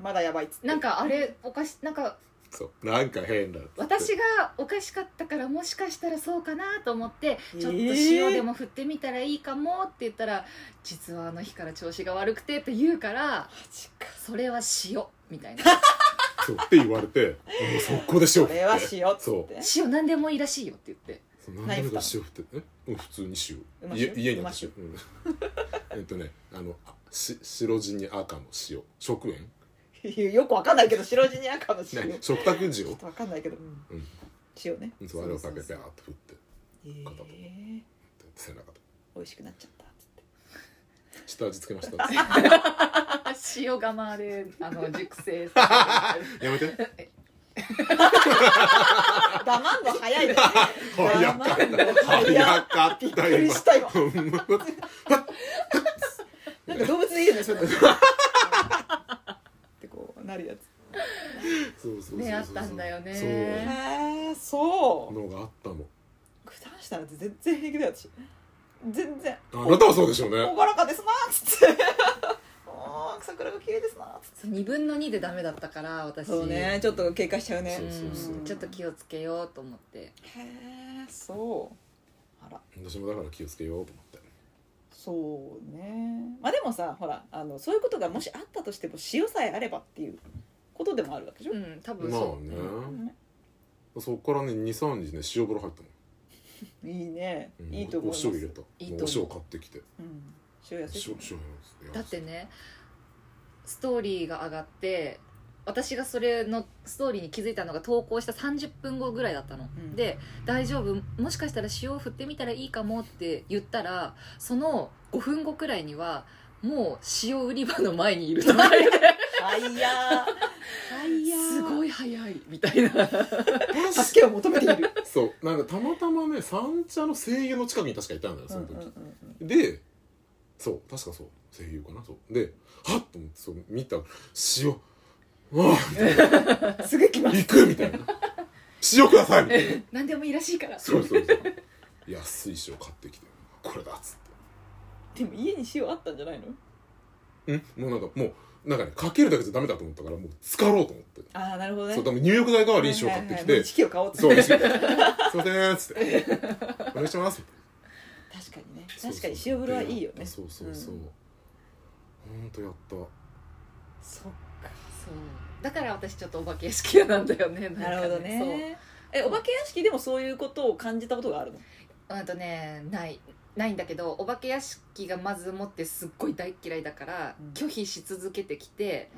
Speaker 2: まだやばいっつって
Speaker 3: なんかあれおかしなんか
Speaker 1: そうなんか変だっつって
Speaker 3: 私がおかしかったからもしかしたらそうかなと思って
Speaker 2: えー
Speaker 3: ちょっと塩でも振ってみたらいいかもって言ったら実はあの日から調子が悪くてって言うから
Speaker 2: マジか
Speaker 3: それは塩みたいな
Speaker 1: そうって言われてもう速攻でしよ
Speaker 2: これはしようっつっ
Speaker 1: そ
Speaker 2: て
Speaker 3: 塩何でもいいらしいよって言
Speaker 2: [laughs]
Speaker 3: って
Speaker 1: そう何でも塩振ってえうん普通に
Speaker 2: う
Speaker 1: 塩
Speaker 2: ま
Speaker 1: 家
Speaker 2: 塩
Speaker 1: 家にあっ
Speaker 2: うま
Speaker 1: た
Speaker 2: 塩
Speaker 1: 塩、うん、 [laughs] えっとねあのあし白地に赤の塩食塩
Speaker 2: いやよくわかんないけど白地に赤の塩
Speaker 1: ね
Speaker 2: ち
Speaker 1: 食卓塩
Speaker 2: ょっとわかんないけど、うん
Speaker 1: うん
Speaker 2: 塩ね
Speaker 1: うんそうあれをかけて
Speaker 3: そうそうそう
Speaker 1: あーって振って
Speaker 2: えー、
Speaker 1: 背中と
Speaker 2: 美味しくなっちゃったっつって
Speaker 1: 下味つけましたっつっ
Speaker 3: 塩釜であの熟成
Speaker 1: てやめて
Speaker 2: 黙んの早いね
Speaker 1: 早かった早かっ
Speaker 2: びったくり
Speaker 1: 今
Speaker 2: した今
Speaker 1: ほんま
Speaker 2: なんか動物でいるねそれってこうなるやつ
Speaker 1: そうそうそうそう
Speaker 3: ねあったんだよね
Speaker 2: へえ
Speaker 1: そ
Speaker 2: そうう
Speaker 1: のがあったもん
Speaker 2: 九段下なんて全然平気だよ私全然
Speaker 1: あなたはそうでしょう
Speaker 2: 「
Speaker 1: ね
Speaker 2: 朗らかですな」っつって [laughs] 「おー桜が綺麗ですな」っつ [laughs] って
Speaker 3: 2分の2でダメだったから私
Speaker 2: そうねちょっと警戒しちゃうね
Speaker 1: そうそうそう
Speaker 3: うんちょっと気をつけようと思って
Speaker 2: へえそうあら
Speaker 1: 私もだから気をつけようと思って
Speaker 2: そうねまあでもさほらあのそういうことがもしあったとしても塩さえあればっていうことでもあるわけでしょ、
Speaker 3: うん多分
Speaker 1: ま
Speaker 3: そ
Speaker 1: あね
Speaker 2: ね
Speaker 1: そっからね23日ね塩風呂入ったもん
Speaker 2: いいね、
Speaker 1: うん
Speaker 2: いいと思います
Speaker 1: お塩入れた
Speaker 3: いいと
Speaker 1: もうお
Speaker 3: 思う
Speaker 1: 塩買ってきて
Speaker 2: うん、塩安いし
Speaker 1: 塩
Speaker 2: ね
Speaker 1: 塩
Speaker 3: うだってねストーリーが上がって私がそれのストーリーに気づいたのが投稿した30分後ぐらいだったの、
Speaker 2: うん
Speaker 3: で「大丈夫もしかしたら塩を振ってみたらいいかも」って言ったらその5分後くらいにはもう塩売り場の前にいるとか言って
Speaker 2: はいやーはいやー
Speaker 3: [laughs] すごい早いみ
Speaker 2: [laughs]
Speaker 3: たいな
Speaker 2: 助けを求めている
Speaker 1: そうなんかたまたまね三茶の声優の近くに確かいたんだ [laughs] よその時、
Speaker 2: うんうんうんうん
Speaker 1: でそう確かそう声優かなそうではっと思ってそう見たら塩ああ
Speaker 2: すぐ来ます
Speaker 1: 行くみた
Speaker 2: [laughs]
Speaker 1: いな塩くださいみたいな
Speaker 3: 何でもいいらしいから
Speaker 1: そうそうそう安い塩買ってきてこれだっつっ
Speaker 2: でも家に塩あったんじゃないの
Speaker 1: てんもうなんかもうなんかねかけるだけじゃダメだと思ったからもう浸かろうと思って、
Speaker 2: ああなるほどね
Speaker 1: そう多分入浴剤代わりに塩買ってきて、
Speaker 2: 意識を買おうって
Speaker 1: そうですよすいませんっつってお願いします
Speaker 2: 確かにね確かに塩風呂はいいよね
Speaker 1: そうそうそう、
Speaker 2: ん
Speaker 1: ほんとやった
Speaker 2: そっ
Speaker 3: そうだから私ちょっとお化け屋敷屋なんだよねんか
Speaker 2: かなるほどねえお化け屋敷でもそういうことを感じたことがあるの
Speaker 3: そううんとねないないんだけどお化け屋敷がまずもってすっごい大っ嫌いだから、
Speaker 2: うん
Speaker 3: 拒否し続けてきて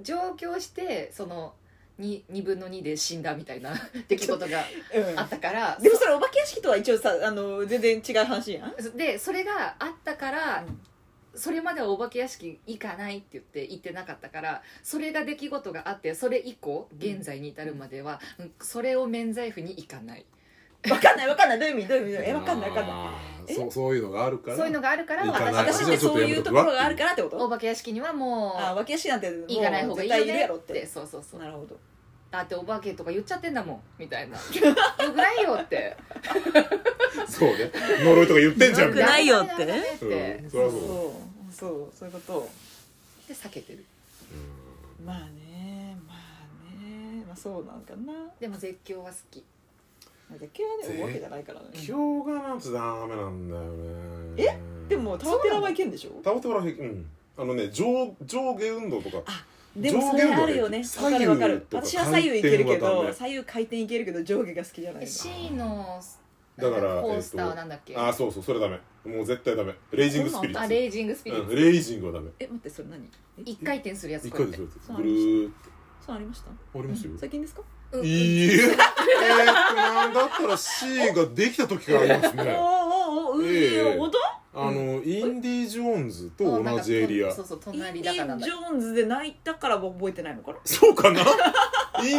Speaker 3: 上京してその 2, 2分の2で死んだみた
Speaker 2: [laughs]
Speaker 3: いな出来事が
Speaker 2: うん
Speaker 3: あったから、
Speaker 2: でもそれお化け屋敷とは一応さあの全然違う話やん
Speaker 3: そでそれがあったから、
Speaker 2: うん
Speaker 3: それまではお化け屋敷行かないって言って行ってなかったからそれが出来事があってそれ以降現在に至るまでは、うんそれを免罪符に行かない
Speaker 2: わかんないわかんないどういう意味どういう意味えわかんないわかんない
Speaker 1: ない
Speaker 2: え
Speaker 1: そうそういうのがあるから
Speaker 3: そういうのがあるから
Speaker 1: 行かない
Speaker 3: 私
Speaker 2: 私ってそういうところがあるからってこ
Speaker 3: お
Speaker 2: と
Speaker 3: 化け屋敷にはも
Speaker 2: あお化け屋敷なんて
Speaker 3: う行かない
Speaker 2: も
Speaker 3: 方
Speaker 2: う
Speaker 3: が
Speaker 2: 絶
Speaker 3: い
Speaker 2: 対い
Speaker 3: いよ
Speaker 2: る
Speaker 3: ね
Speaker 2: や
Speaker 3: っ
Speaker 2: ろってて
Speaker 3: そうそうそう
Speaker 2: なるほど
Speaker 3: だってお化けとか言っちゃってんだもんみたい
Speaker 2: [laughs]
Speaker 3: なよくないよって
Speaker 1: そうね呪いとか言ってんじゃん
Speaker 2: よ
Speaker 1: みた
Speaker 2: く
Speaker 1: いな
Speaker 2: ないよって
Speaker 3: よくないよって
Speaker 1: うん
Speaker 3: そ
Speaker 1: そうう
Speaker 3: そう
Speaker 2: そうそうそういうこと
Speaker 3: で避けてる
Speaker 1: うん
Speaker 2: まあねまあねまあそうなんかな
Speaker 3: でも絶叫は好き
Speaker 2: 絶景はね思うわけじゃないからね
Speaker 1: 今日がなんてダメなんだよね
Speaker 2: でもタワテラはいけんでしょ
Speaker 1: タオテラ平均うんあのね上上下運動とか
Speaker 2: でもそれあるよね
Speaker 1: 上
Speaker 2: わ
Speaker 1: 下
Speaker 2: かる
Speaker 1: 運動だ
Speaker 2: わか
Speaker 1: よ
Speaker 2: る
Speaker 1: 左右とか
Speaker 2: 私は左右いけるけ
Speaker 1: 回転はダ
Speaker 2: ど
Speaker 1: メ
Speaker 2: 左右回転いけるけど上下が好きじゃないの
Speaker 3: C の
Speaker 1: だから
Speaker 3: コースターはなんだっけ、
Speaker 1: ああそうそうそれダメもう絶対ダメレイジングスピリッ
Speaker 3: あ
Speaker 1: ツ
Speaker 3: レイジングスピリッ
Speaker 1: うん
Speaker 3: ツ、
Speaker 1: レイジングはダメ
Speaker 2: え待ってそれ何え
Speaker 3: 一回転するやつ
Speaker 1: 一
Speaker 3: こう
Speaker 1: 回
Speaker 3: やっ
Speaker 1: で
Speaker 3: て
Speaker 1: そうやって
Speaker 2: そう
Speaker 1: ぐるーって
Speaker 2: そうありました
Speaker 1: ありますよ
Speaker 2: 最近ですか
Speaker 3: うん
Speaker 1: いいええーっとなんだったら C ができた時からあります
Speaker 2: お
Speaker 1: ね
Speaker 2: ー [laughs] おーおーう
Speaker 1: ええ
Speaker 2: いおど
Speaker 1: あのインディ・ジョーンズと同じエリア
Speaker 3: そうそう
Speaker 2: イン
Speaker 3: 隣
Speaker 2: デ
Speaker 3: だからな
Speaker 2: ィ・
Speaker 3: んだ
Speaker 2: ジョーンズで泣いたから覚えてないのかな
Speaker 1: そうかなイン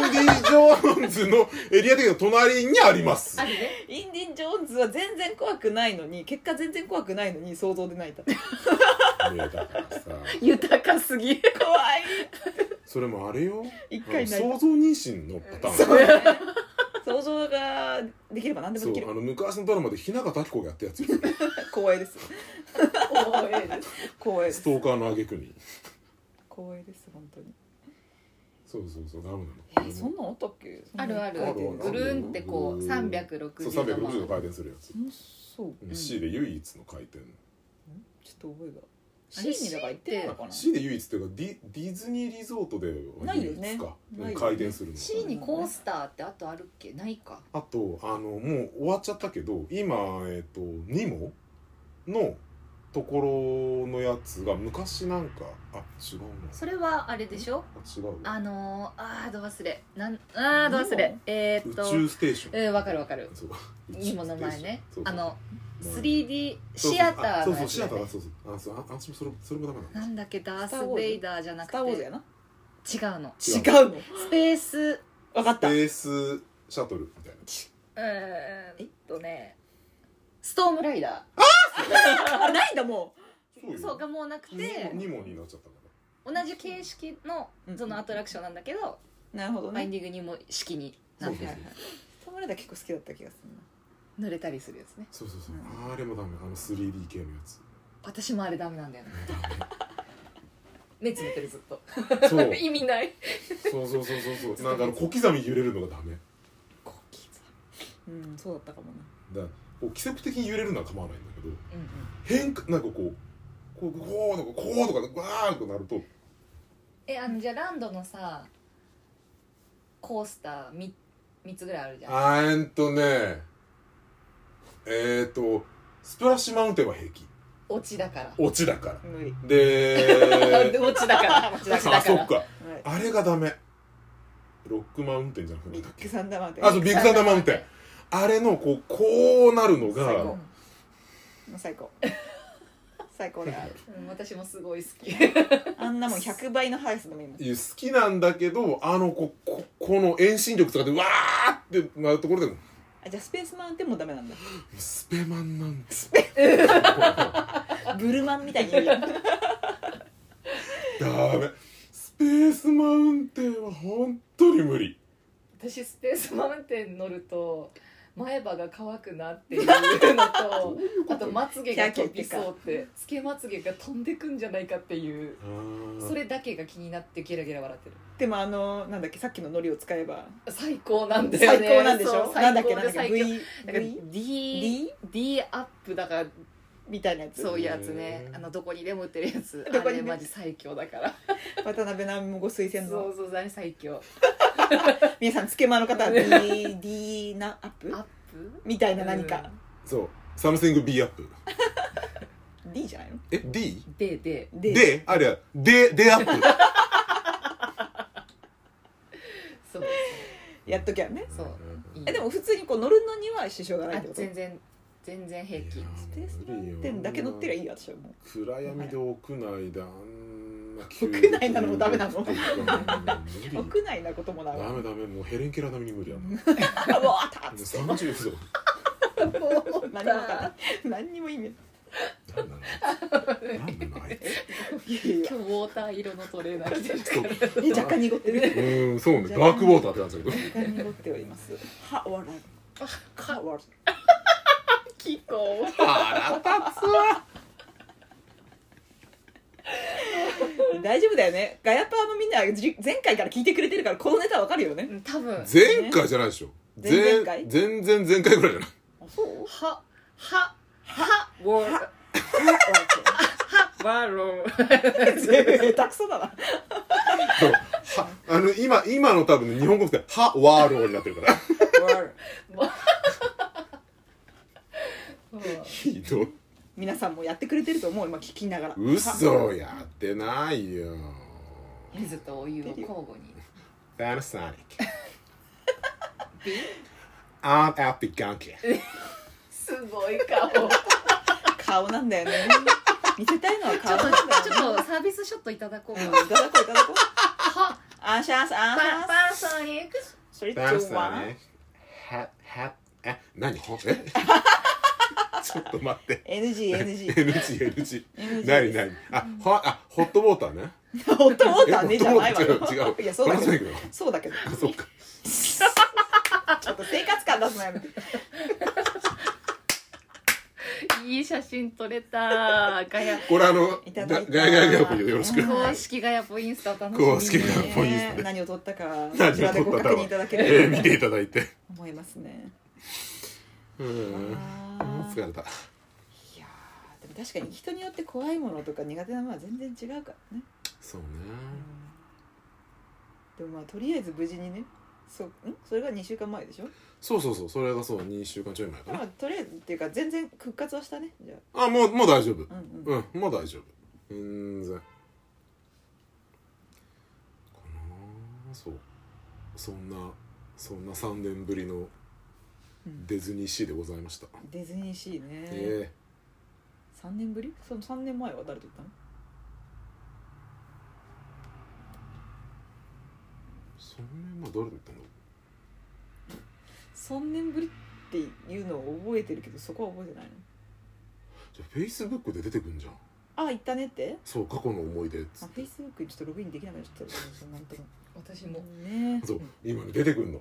Speaker 1: ディ・ジョーンズのエリア的な隣にあり
Speaker 3: [laughs]
Speaker 1: ます
Speaker 3: ある
Speaker 2: [laughs]
Speaker 3: ね
Speaker 2: インディ・ジョーンズは全然怖くないのに結果全然怖くないのに想像で泣いた
Speaker 1: いやだからさ
Speaker 3: 豊かす [laughs] ぎる
Speaker 2: 怖
Speaker 1: [laughs]
Speaker 2: い
Speaker 1: それもあれよ
Speaker 2: 一
Speaker 1: あの
Speaker 2: 回泣い
Speaker 1: 想像妊娠のパターン
Speaker 3: そうね
Speaker 2: た想像ができれば何でも
Speaker 1: そ
Speaker 2: で
Speaker 1: う
Speaker 2: きる
Speaker 1: あの昔のドラマで雛形あき子がやったやつよ
Speaker 2: 光栄です光栄です光栄で
Speaker 1: ス
Speaker 2: す
Speaker 1: トーカーの挙句に
Speaker 2: 光栄です本当に
Speaker 1: そうそうそうダメなの
Speaker 2: えーそんなんあったっけ
Speaker 3: あるある
Speaker 1: あるある
Speaker 3: ぐるんってこう
Speaker 1: そう
Speaker 3: 360度
Speaker 1: 360
Speaker 3: 回
Speaker 1: 度回転するやつ
Speaker 2: うんそう
Speaker 3: うん
Speaker 1: C で唯一の回転
Speaker 2: ちょっと覚えが
Speaker 3: あれ
Speaker 2: C にだから行ってないのかな
Speaker 1: C で唯一っていうかディディズニーリゾートでは唯一
Speaker 2: ないよ
Speaker 1: か
Speaker 2: ねないよね
Speaker 1: 回転するの
Speaker 3: C にコースターってあとあるっけないか
Speaker 1: あとあのもう終わっちゃったけど今えっ、とニモのところのやつが昔なんかあ違うな
Speaker 3: それはあれでしょ
Speaker 1: あ違う
Speaker 3: あのー、あーど忘れなんあーど忘れえー、っと
Speaker 1: 宇宙ステーション
Speaker 3: うんわかるわかる [laughs]
Speaker 1: そう
Speaker 3: にもの前ね
Speaker 1: そう
Speaker 3: あの
Speaker 1: そう
Speaker 3: 3D シアター
Speaker 1: そう
Speaker 3: の
Speaker 1: そう
Speaker 3: や
Speaker 1: あそうそうシ
Speaker 3: つだ
Speaker 1: アターだそうそ
Speaker 3: よね
Speaker 1: うあそうああ私もそれそれもダメなの
Speaker 3: なんだっけダー
Speaker 2: スターウォ
Speaker 3: ス・
Speaker 2: ーズ
Speaker 3: ベイダーじゃな
Speaker 2: ス
Speaker 3: くて
Speaker 2: ター・ウォーズやな
Speaker 3: 違うの
Speaker 1: 違
Speaker 2: 違
Speaker 1: う
Speaker 2: うの
Speaker 3: スペース
Speaker 2: 分かっ
Speaker 1: スペ
Speaker 2: た
Speaker 1: ースシャトルみたいな
Speaker 3: うーんとねストームライダ
Speaker 2: あないんだも
Speaker 3: ーそう
Speaker 1: か
Speaker 3: がもうなくて
Speaker 1: ニモになっちゃったから
Speaker 3: 同じ形式の
Speaker 2: うん
Speaker 3: そのアトラクションなんだけど
Speaker 2: うなるほど
Speaker 3: ファイン
Speaker 2: ね
Speaker 3: ディングにも式にな
Speaker 2: はい
Speaker 3: っ
Speaker 2: はい
Speaker 3: て
Speaker 2: は
Speaker 3: る
Speaker 2: いトムライダー結構好きだった気がするな
Speaker 3: 濡れたりするやつね
Speaker 1: そうそうそう、
Speaker 2: う
Speaker 1: あれもダメあの 3D 系のやつ
Speaker 3: 私もあれダメなん
Speaker 1: [laughs]
Speaker 3: だよね目つぶってるずっと
Speaker 1: そう
Speaker 3: [laughs] 意味ない
Speaker 1: [laughs] そうそうそうそうそうなんかあの小刻み揺れるのがダメ
Speaker 2: 小刻みうんそうだったかもな
Speaker 1: だこう規則的に揺れるのは構わないんだけど
Speaker 3: うんうん
Speaker 1: 変化なんかこうこうこうとかこうとかでわーっとなると
Speaker 3: えあのじゃあランドのさコースター 3, 三つぐらいあるじゃん
Speaker 1: あーんとねえーとスプラッシュマウンテンは平気
Speaker 3: オチだから
Speaker 1: オチだから
Speaker 2: 無理
Speaker 1: [laughs] で
Speaker 3: [laughs] オチだからオチ
Speaker 1: あ
Speaker 3: だから
Speaker 1: そっか
Speaker 2: はい
Speaker 1: あれがダメロックマウンテンじゃなくて
Speaker 2: ビ
Speaker 1: なんだっ
Speaker 2: ッグ
Speaker 1: け
Speaker 2: サンダーマウンテン
Speaker 1: あそうビッグサンダーマウンテンあれのこうこうなるの
Speaker 2: 最
Speaker 1: が
Speaker 2: 高もう最高 [laughs] 最高だよ
Speaker 3: うん私もすごい好き
Speaker 2: あんなもん100倍の速さでもいいの
Speaker 1: いや好きなんだけどあのこうここの遠心力とかでわーってなるところで
Speaker 2: あじゃあスペースマウンテンもダメなんだ
Speaker 1: スペマンなんです
Speaker 2: ブルマンみたいに言うやん
Speaker 1: ダメスペースマウンテンは本当に無理
Speaker 3: 私スペースマウンテン乗ると前歯が乾くなって
Speaker 2: [laughs]
Speaker 3: いうのとあとまつげが飛びそうってつけまつげが飛んでくんじゃないかっていう
Speaker 1: あー
Speaker 3: それだけが気になってゲラゲラ笑ってる
Speaker 2: でもあのなんだっけさっきのノリを使えば
Speaker 3: 最高なんだよ
Speaker 2: 最
Speaker 3: ね
Speaker 2: 高なんでし
Speaker 3: そ
Speaker 2: ょ
Speaker 3: う
Speaker 2: なんだっ
Speaker 3: 最
Speaker 2: け
Speaker 3: 高
Speaker 2: なんだっ
Speaker 3: で
Speaker 2: け
Speaker 3: 最高
Speaker 2: V,
Speaker 3: だから
Speaker 2: v
Speaker 3: D, D アップだから
Speaker 2: みたいなやつ
Speaker 3: そういうやつね
Speaker 1: へー
Speaker 3: あのどこにでも売ってるやつ
Speaker 2: ど
Speaker 3: あ
Speaker 2: こに
Speaker 3: れ
Speaker 2: でも
Speaker 3: マジ最強だから
Speaker 2: 渡辺直美もご推薦
Speaker 3: そ
Speaker 2: の
Speaker 3: うそうあれ最強
Speaker 2: 皆さんつけまの方は [laughs] D, D なアップ
Speaker 3: アップ
Speaker 2: みたいな何か、
Speaker 1: そうサムシング B アップ
Speaker 2: D じゃないの
Speaker 1: え D?
Speaker 3: でで
Speaker 2: で
Speaker 1: であれやででアップ
Speaker 3: そう
Speaker 2: やっときゃね
Speaker 3: そういい
Speaker 2: えでも普通にこう乗るのには支障がない
Speaker 3: あ
Speaker 2: ってこと
Speaker 3: 全然全然平気
Speaker 1: いや
Speaker 2: スペースマウンテンだけ乗ってりゃいいよ私はもう
Speaker 1: 暗闇で屋内であんな急に
Speaker 2: 屋内なのもダメなの
Speaker 1: うん無理
Speaker 2: 屋内なこともな
Speaker 1: ダ
Speaker 2: もう
Speaker 1: メダメもうヘレン・ケラー並みに無理やもんも
Speaker 2: あったっ
Speaker 1: う
Speaker 2: つって
Speaker 1: 30度
Speaker 2: 何もわからない何にも意味ない
Speaker 1: 何なの何なのあい
Speaker 2: いやい
Speaker 3: 今日ウォーター色のトレーナー着てるか
Speaker 2: や
Speaker 3: ら
Speaker 2: いや若干濁ってる
Speaker 1: つうんそうねダークウォーターってなっちゃうけど
Speaker 2: 若干濁っておりますは笑うは笑う
Speaker 3: 気候
Speaker 1: 腹立つわ
Speaker 2: 大丈夫だよねガヤパーもみんなじ前回から聞いてくれてるからこのネタわかるよね
Speaker 3: 多分
Speaker 1: 前回じゃないでしょ
Speaker 2: 前
Speaker 1: 全
Speaker 2: 々回
Speaker 1: 全然前回ぐらいじゃない
Speaker 2: あ [laughs] そう
Speaker 3: はははわはわろ
Speaker 2: 下手くそだな
Speaker 1: そうはあの今今の多分ね日本語って「はワーロー」になってるからひどい
Speaker 2: 皆さんもやってくれてると思う今聞きながら
Speaker 1: 嘘やってないよ
Speaker 3: 水とお湯を交互に
Speaker 1: ファンサニック I'm at the gunky
Speaker 3: すごい顔ちょっ
Speaker 2: 顔なんだよね見せたいのは顔
Speaker 3: と
Speaker 2: なんだよね
Speaker 3: ちょっとサービスショットいただこうか
Speaker 2: うん
Speaker 3: ない
Speaker 2: ただこういただこう
Speaker 3: は
Speaker 2: アンシャンスアン
Speaker 3: パ
Speaker 2: シャン
Speaker 3: パソニック
Speaker 2: スそれ
Speaker 1: f
Speaker 2: と
Speaker 1: a
Speaker 2: は
Speaker 1: n ははえ何ほえ [laughs] ちょっと待って [laughs]
Speaker 2: NGNG
Speaker 1: NGNG
Speaker 2: NG
Speaker 1: 何何あほあホットウォーターね
Speaker 2: ホットウォーターね
Speaker 1: え
Speaker 2: じゃないわ
Speaker 1: ホッ
Speaker 2: よ
Speaker 1: トウォーター違う違う
Speaker 2: いやそうだけど
Speaker 1: 話
Speaker 2: そうだけど
Speaker 1: あそっか
Speaker 2: ちょっと生活感出すのやめて
Speaker 3: いい写真撮れたガヤ
Speaker 1: これあの
Speaker 2: い
Speaker 1: ガヤ
Speaker 2: ただいた
Speaker 1: ガヤガヤポイよろしく
Speaker 2: うん
Speaker 3: 公式ガヤポインスタ楽しみに
Speaker 1: 公式ガヤ [laughs] ポインポインですね
Speaker 2: 何を取ったか
Speaker 1: 何
Speaker 2: こ
Speaker 1: を
Speaker 2: ちらでご
Speaker 1: 撮ったか
Speaker 2: 確
Speaker 1: は
Speaker 2: 認いただけ
Speaker 1: えー
Speaker 2: れ
Speaker 1: [laughs]
Speaker 2: ば
Speaker 1: 見ていただいて
Speaker 2: 思いますね
Speaker 1: うーん
Speaker 2: あー
Speaker 1: 疲れた
Speaker 2: いやーでも確かに人によって怖いものとか苦手なものは全然違うからね、
Speaker 1: そうね
Speaker 2: でもまあとりあえず無事にねそうんそれが2週間前でしょ
Speaker 1: そうそうそうそれがそう2週間ちょい前か
Speaker 2: ま
Speaker 1: な
Speaker 2: あとりあえずっていうか全然復活はしたねじゃ
Speaker 1: あもうもう大丈夫
Speaker 2: あうんうん、
Speaker 1: うんもう大丈夫全然かなそうそんなそんな3年ぶりの
Speaker 2: うん
Speaker 1: ディズニーシーでございました、
Speaker 2: ディズニーシーね、
Speaker 1: え
Speaker 2: 3年ぶりその3年前は誰と行ったの
Speaker 1: えそんなまあ誰だったんだろ
Speaker 2: 3年ぶりっていうのを覚えてるけどそこは覚えてないの
Speaker 1: うじゃあフェイスブックで出てくんじゃん
Speaker 2: あ行ったねって
Speaker 1: そう過去の思い出っつ
Speaker 2: あ
Speaker 1: っ
Speaker 2: フェイスブックにちょっとログインできなくなっちゃったそのなんとも
Speaker 3: 私も
Speaker 2: ね
Speaker 1: てそう今ね出てくんの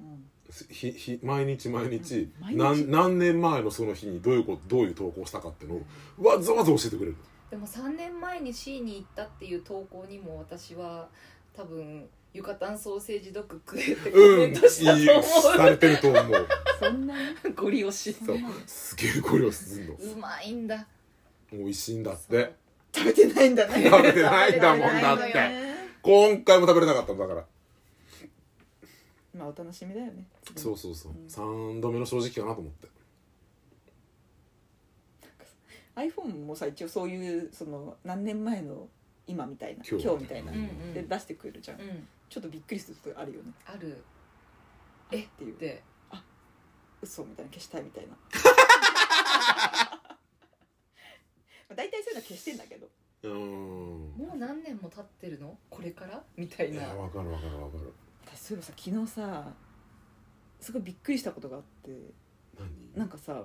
Speaker 2: うん
Speaker 1: ひひ毎日毎日
Speaker 2: うん毎日
Speaker 1: 何何年前のその日にどういうことどういう投稿したかってのをわざわざ教えてくれる
Speaker 3: でも3年前に C に行ったっていう投稿にも私は多分浴衣ソーセージドッグ食えってコメ
Speaker 1: うん
Speaker 3: ン
Speaker 1: いい
Speaker 3: トしたと思
Speaker 1: されてると思う
Speaker 2: そんなに [laughs]
Speaker 3: う、ゴリ押し
Speaker 1: そうすげえご了承すんの
Speaker 3: うまいんだ
Speaker 1: 美味しいんだって
Speaker 2: 食べてないんだね
Speaker 1: 食べてないんだもん
Speaker 3: 食べてな
Speaker 1: だ
Speaker 3: い
Speaker 1: っ
Speaker 3: の
Speaker 1: て
Speaker 3: よ
Speaker 1: 今回も食べれなかったんだから
Speaker 2: まあお楽しみだよね
Speaker 1: そううそうそう
Speaker 2: うん
Speaker 1: 3度目の正直かなと思って
Speaker 2: iPhone もさ一応そういうその何年前の今みたいな
Speaker 1: 今
Speaker 2: 今
Speaker 1: 日
Speaker 2: 日みたいな、
Speaker 3: うんう
Speaker 2: で
Speaker 3: ん
Speaker 2: 出してくるじゃん、
Speaker 3: うん
Speaker 2: ちょっとびっくりすることあるよね
Speaker 3: あるえっ
Speaker 2: っていう
Speaker 3: て
Speaker 2: 嘘みたい [laughs] な消したいみたいなまあ大体そういうのは消してんだけど
Speaker 1: うーん
Speaker 3: もう何年も経ってるのこれからみたい
Speaker 1: い
Speaker 3: な
Speaker 1: やわかるわかるわかる
Speaker 2: 私そういえばさ昨日さすごいびっくりしたことがあって
Speaker 1: 何
Speaker 2: なんかさ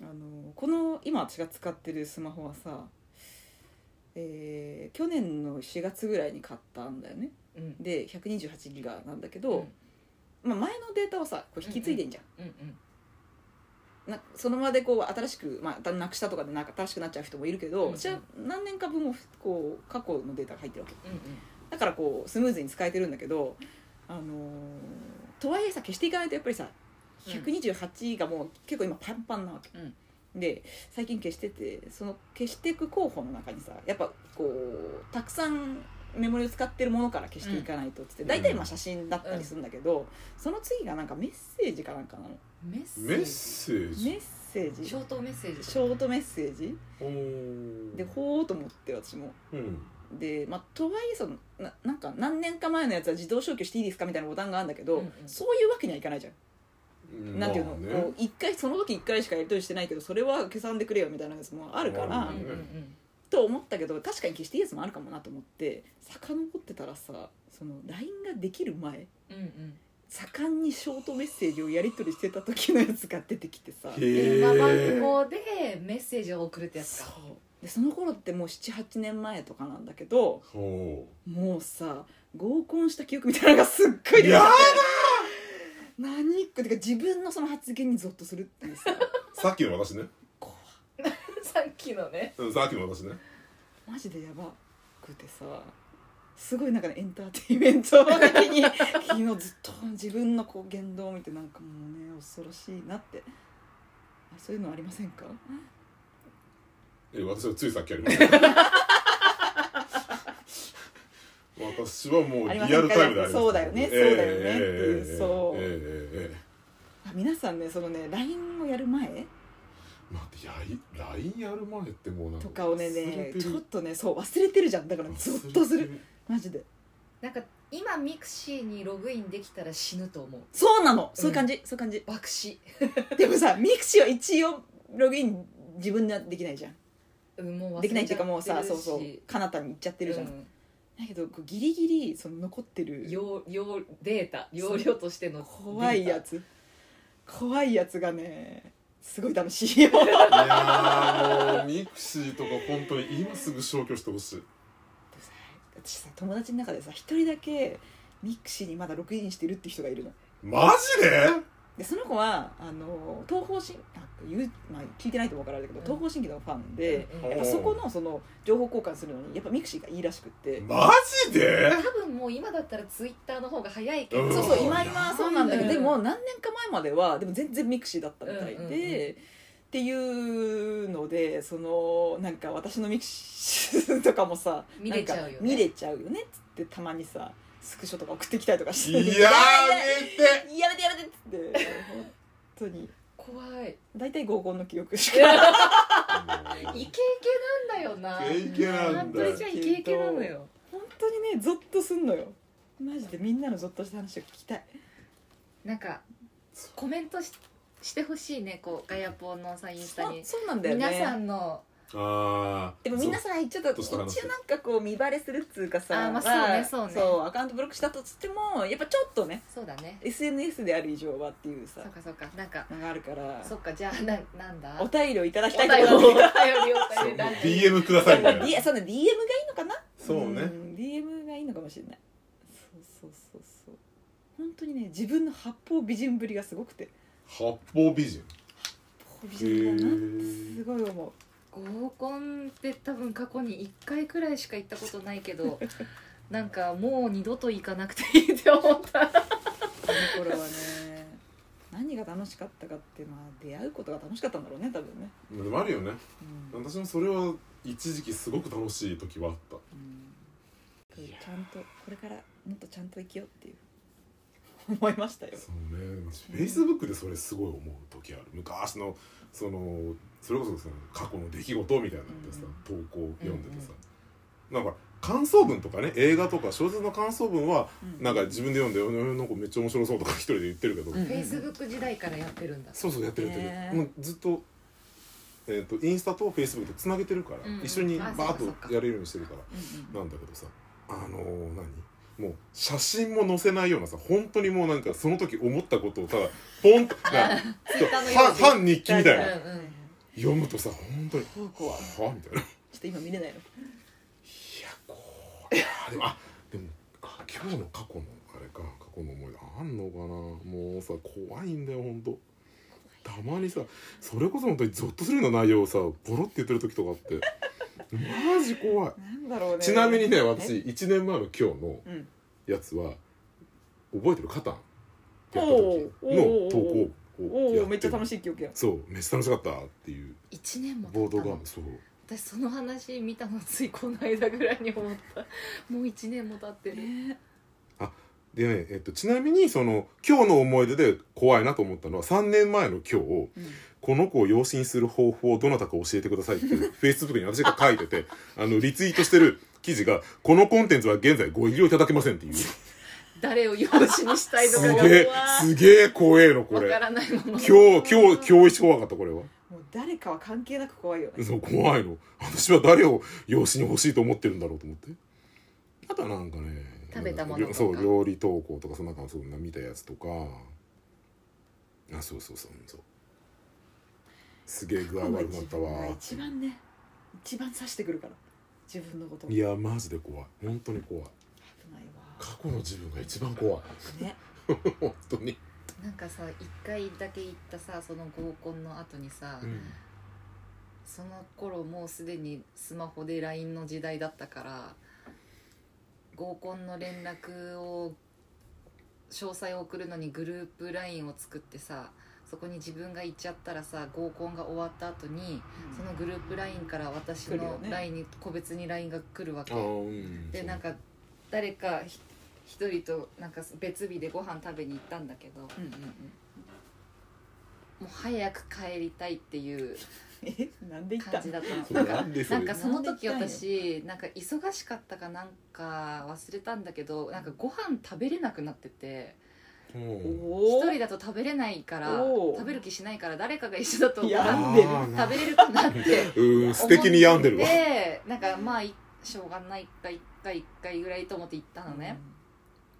Speaker 2: あのこの今私が使ってるスマホはさえー去年の4月ぐらいに買ったんだよね
Speaker 3: うん
Speaker 2: で128ギガなんだけ
Speaker 3: うん
Speaker 2: ど、まあ、前のデータをさこう引き継いでんじゃん、
Speaker 3: うんうん
Speaker 2: なその場でこう新しく、まあ、なくしたとかでなんか新しくなっちゃう人もいるけど、
Speaker 3: うんうん
Speaker 2: 私は何年か分もこう過去のデータが入ってるわけ
Speaker 3: うん
Speaker 2: だからこうスムーズに使えてるんだけど、あのーとはいえさ消していかないとやっぱりさ128がもう結構今パンパンなわけ、で最近消しててその消していく候補の中にさやっぱこうたくさんメモリを使ってるものから消していかないとっつって、
Speaker 1: ん
Speaker 2: 大体まあ写真だったりするんだけど、その次がなんかメッセージかなんかなの
Speaker 3: うんメッセ
Speaker 1: メッ
Speaker 3: ージ
Speaker 1: セー
Speaker 2: メ
Speaker 1: ジ
Speaker 2: ッセージ
Speaker 3: ショートメッセージ
Speaker 2: ショートメッセージ
Speaker 1: おー
Speaker 2: でほーと思って私も
Speaker 1: うん
Speaker 2: でまあとはいえそのななんか何年か前のやつは自動消去していいですかみたいなボタンがあるんだけど、
Speaker 3: うんうん
Speaker 2: そういうわけにはいかないじゃん、
Speaker 1: うん
Speaker 2: なんていうの
Speaker 1: まあ
Speaker 2: こ
Speaker 1: ね
Speaker 2: う一回その時一回しかやり取りしてないけどそれは消さんでくれよみたいなやつもあるから、
Speaker 1: まあ
Speaker 3: うん
Speaker 1: ね
Speaker 3: うんうん
Speaker 2: と思ったけど確かに消していいやつもあるかもなと思って遡ってたらさその LINE ができる前
Speaker 3: うんうん
Speaker 2: 盛んにショートメッセージをやり取りしてた時のやつが出てきてさ
Speaker 1: へ
Speaker 3: 電話番
Speaker 1: え
Speaker 3: 号でメッセージを送るってやつ
Speaker 2: そ
Speaker 3: か
Speaker 2: うでその頃ってもう78年前とかなんだけど
Speaker 1: ほ
Speaker 2: もうさ合コンした記憶みたいなのがすっごい出てきて
Speaker 1: やだ
Speaker 2: 何かてか自分のその発言にゾッとするっていうさ [laughs]
Speaker 1: うさっきの私ね
Speaker 2: 怖っ
Speaker 3: [laughs] さっきのね
Speaker 1: うんさっきの私ね
Speaker 2: マジでやばくてさすごいなんかねエンターテインメント的
Speaker 1: [laughs]
Speaker 2: に昨日ずっと自分のこう言動を見てなんかもうね恐ろしいなってあそういうのありませんか
Speaker 1: え私はついさっきありました私はもうリアルタイムであります
Speaker 2: そうだよね
Speaker 1: ええ
Speaker 2: そうだよねっていう
Speaker 1: ええ
Speaker 2: そう
Speaker 1: えええええ
Speaker 2: あ皆さんねそのね LINE をやる前
Speaker 1: え待ってやい LINE やる前ってもうなん
Speaker 2: とかをね
Speaker 1: 忘れ
Speaker 2: ね
Speaker 1: てる
Speaker 2: ちょっとねそう忘れてるじゃんだからゾッとするマジで
Speaker 3: なんか今ミクシーにログインできたら死ぬと思う
Speaker 2: そうなのそういう感じ、そういう感じ
Speaker 3: 爆死、
Speaker 2: [laughs] でもさミクシーは一応ログイン自分ではできないじゃん
Speaker 3: うん、もう忘れちゃ
Speaker 2: できないっていうかもうさ
Speaker 3: って
Speaker 2: そ
Speaker 3: る
Speaker 2: う
Speaker 3: し
Speaker 2: そう彼方に行っちゃってるじゃん、
Speaker 3: うん
Speaker 2: だけどこうギリギリその残ってる
Speaker 3: 容容データ容量としての
Speaker 2: 怖いや
Speaker 3: つ
Speaker 2: つ怖いやつがねすごい楽しいよ
Speaker 3: [laughs]
Speaker 1: いやーもうミクシーとか本当に今すぐ消去してほしい
Speaker 2: 私さ友達の中でさ一人だけミクシーにまだログインしてるって人がいるの
Speaker 1: マジで
Speaker 2: でその子はあの東方神あ言う、まあ、聞いてないと分からないけど、
Speaker 3: うん
Speaker 2: 東方神起のファンで、
Speaker 3: うん
Speaker 2: やっぱそこのその情報交換するのにやっぱミクシーがいいらしくって、
Speaker 1: マジで
Speaker 3: 多分もう今だったらツイッターの方が早いけど、
Speaker 1: うん
Speaker 2: そうそう
Speaker 1: うん
Speaker 2: 今今はそうなんだけど、
Speaker 3: うん
Speaker 2: でも何年か前まではでも全然ミクシーだったみたいで、
Speaker 3: うんうんうん
Speaker 2: っていうのでそのなんか私のミクシーとかもさ
Speaker 3: 見れちゃうよね
Speaker 2: なんか見れちゃうよねっつってたまにさスクショとか送ってきたりとかし
Speaker 1: い
Speaker 2: て
Speaker 1: やーめて
Speaker 2: やめてやめてっつって本当に
Speaker 3: 怖い
Speaker 2: 大体合コンの記憶しか
Speaker 3: イケイケなんだよな
Speaker 1: イケイケなんだ
Speaker 3: 本当にじゃあイケイケなのよ
Speaker 2: 本当にねゾッとすんのよマジでみんなのゾッとした話を聞きたい
Speaker 3: なんかコメントししてほしいねこうガヤポンのさインスタに
Speaker 2: そうそうなんだよね
Speaker 3: 皆さんの
Speaker 1: あー
Speaker 2: でも皆
Speaker 1: そ
Speaker 2: さんちょっと
Speaker 1: とし
Speaker 2: 一
Speaker 1: た
Speaker 2: 応なん
Speaker 1: 話
Speaker 2: かこう見バレするっつうかさ
Speaker 3: あーまあそうねそうね
Speaker 2: アカウントブロックしたとつってもやっぱちょっとね
Speaker 3: そうだね
Speaker 2: SNS である以上はっていうさ
Speaker 3: そうかそうかなんか
Speaker 2: のがあるから
Speaker 3: そっかじゃあななんだ
Speaker 2: お
Speaker 3: お
Speaker 2: 便りをいただきたい
Speaker 3: 便
Speaker 2: とこ
Speaker 3: り
Speaker 2: ろ
Speaker 3: お
Speaker 2: なん
Speaker 3: 便
Speaker 2: で
Speaker 3: りお
Speaker 1: う
Speaker 3: 便
Speaker 1: も
Speaker 3: り
Speaker 1: う
Speaker 3: ラジオ
Speaker 1: DM くださいみたいな
Speaker 2: D- そうね DM がいいのかな
Speaker 1: そうね
Speaker 2: ん DM がいいのかもしれないそうそうそうそう本当にね自分の八方美人ぶりがすごくて
Speaker 1: 八方美人
Speaker 2: 八方美人だなって
Speaker 1: へー
Speaker 2: すごい思う
Speaker 3: 合コンって多分過去に1回くらいしか行ったことないけ [laughs] どなんかもう二度と行かなくていいって思った
Speaker 2: この頃はね何が楽しかったかってまあ出会うことが楽しかったんだろうね多分ね、
Speaker 1: でもあるよね
Speaker 2: うん
Speaker 1: 私もそれは一時期すごく楽しい時はあった
Speaker 2: うん、ちゃんとこれからもっとちゃんと生きようっていう思いましたよ
Speaker 1: そうねフェイスブックでそれすごい思う時ある昔のそのそれこそその過去の出来事みたいなのでさ、投稿読んでてさ、なんか感想文とかね映画とか小説の感想文はなんか自分で読んでうん「なんかめっちゃ面白そう」とか一人で言ってるけど、
Speaker 2: うん
Speaker 3: フェイスブック時代からやってるんだ
Speaker 1: そうそうやってるやってる、
Speaker 2: ねえ
Speaker 1: もうずっと,、えー、とインスタとフェイスブックとつなげてるから、
Speaker 3: うんうん
Speaker 1: 一緒に
Speaker 3: あ
Speaker 1: バ
Speaker 3: そっか
Speaker 1: ー
Speaker 3: そっ
Speaker 1: ッ
Speaker 3: か
Speaker 1: とやれるようにしてるから
Speaker 2: う
Speaker 1: な
Speaker 2: ん
Speaker 1: んだけどさあのー何もう写真も載せないようなさ本当にもうなんかその時思ったことをただポンとなちょっと
Speaker 3: [laughs] 下の
Speaker 1: 半
Speaker 3: 用紙
Speaker 1: 半日記みたい
Speaker 3: うんう
Speaker 1: なん
Speaker 3: ん
Speaker 1: 読むとさ本当に
Speaker 2: そうこは
Speaker 1: はみたいないや
Speaker 2: ちょっと今見れないの
Speaker 1: こういやーでもあでもあ今日の過去のあれか過去の思い出あんのかなもうさ怖いんだよ本当たまにさそれこそ本当にゾッとするような内容をさボロって言ってる時とかあってマジ怖い
Speaker 2: なんだろうね
Speaker 1: ちなみにね私1年前の今日の
Speaker 2: うん
Speaker 1: やつは覚えてるカタンやった
Speaker 2: お
Speaker 1: 時
Speaker 2: うおう
Speaker 1: の投稿
Speaker 2: お
Speaker 1: をや
Speaker 2: おめっちゃ楽
Speaker 1: しい
Speaker 2: しい記憶や
Speaker 1: そうめっちゃ楽しかったっていう
Speaker 3: 1年も
Speaker 1: ボ
Speaker 3: 経っ
Speaker 1: ー
Speaker 3: た
Speaker 1: ド
Speaker 3: の
Speaker 1: がそう
Speaker 3: 私その話見たのついこの間ぐらいに思 [laughs] ったもう1年も経ってる
Speaker 2: ね
Speaker 1: でね、えっと、ちなみにその今日の思い出で怖いなと思ったのは3年前の今日
Speaker 2: うん
Speaker 1: この子を養子にする方法をどなたか教えてくださいって
Speaker 3: [laughs]
Speaker 1: フェイスブックに私が書いててあのリツイートしてる記事が「このコンテンツは現在ご医療いただけません」っていうす
Speaker 3: 誰を養子にしたいのかが
Speaker 1: げえすげえ怖えのこ
Speaker 3: わ
Speaker 1: れ
Speaker 3: からないまま
Speaker 1: 今日今日今日一怖かったこれは。
Speaker 2: もう誰かは関係なく怖いよ
Speaker 1: [laughs]
Speaker 2: ね
Speaker 1: そう怖いの私は誰を養子に欲しいと思ってるんだろうと思ってあとはなんかね
Speaker 3: 食べたものとか
Speaker 1: そう料理投稿とかそんな感じそんな見たやつとかあそうそうそうそうすげえ具合悪くなった
Speaker 2: 自分が
Speaker 1: わ
Speaker 2: 一番ね一番刺してくるから自分のこと
Speaker 1: いやマジで怖い本当に怖い
Speaker 2: 危ないわ
Speaker 1: 過去の自分が一番
Speaker 3: [laughs]
Speaker 1: 怖い
Speaker 2: ね
Speaker 1: 本当に、
Speaker 3: なんかさ1回だけ行ったさその合コンの後にさ、その頃もうすでにスマホで LINE の時代だったから合合コンの連絡を詳細を送るのにグループ LINE を作ってさそこに自分が行っちゃったらさ合コンが終わった後にそのグループ LINE から私
Speaker 2: 来るよ
Speaker 3: の
Speaker 2: ね
Speaker 3: LINE に個別に LINE が来るわけ
Speaker 1: ああうん
Speaker 3: でなんか誰かひ一人となんか別日でご飯食べに行ったんだけども
Speaker 2: うんうんうん
Speaker 3: う早く帰りたいっていう
Speaker 2: えなんで言った
Speaker 3: 感
Speaker 2: の
Speaker 3: じだったの
Speaker 1: そ
Speaker 3: な
Speaker 1: れ
Speaker 3: んか
Speaker 1: なんでそ
Speaker 3: な
Speaker 1: れ
Speaker 3: んかその時
Speaker 2: なんで行ったんよ
Speaker 3: 私なんか忙しかったかなんか忘れたんだけどなんかご飯食べれなくなってて
Speaker 1: うん
Speaker 2: お
Speaker 3: 一
Speaker 2: お
Speaker 3: 人だと食べれないから
Speaker 2: おー
Speaker 3: 食べる気しないから誰かが一緒だとご
Speaker 2: いや
Speaker 3: 飯
Speaker 2: 病んでる
Speaker 1: あーな
Speaker 3: 食べれるかなって
Speaker 1: うーん素敵に病んでるわ
Speaker 3: でなんかまあいしょうがないか一回一回ぐらいと思って行ったのね、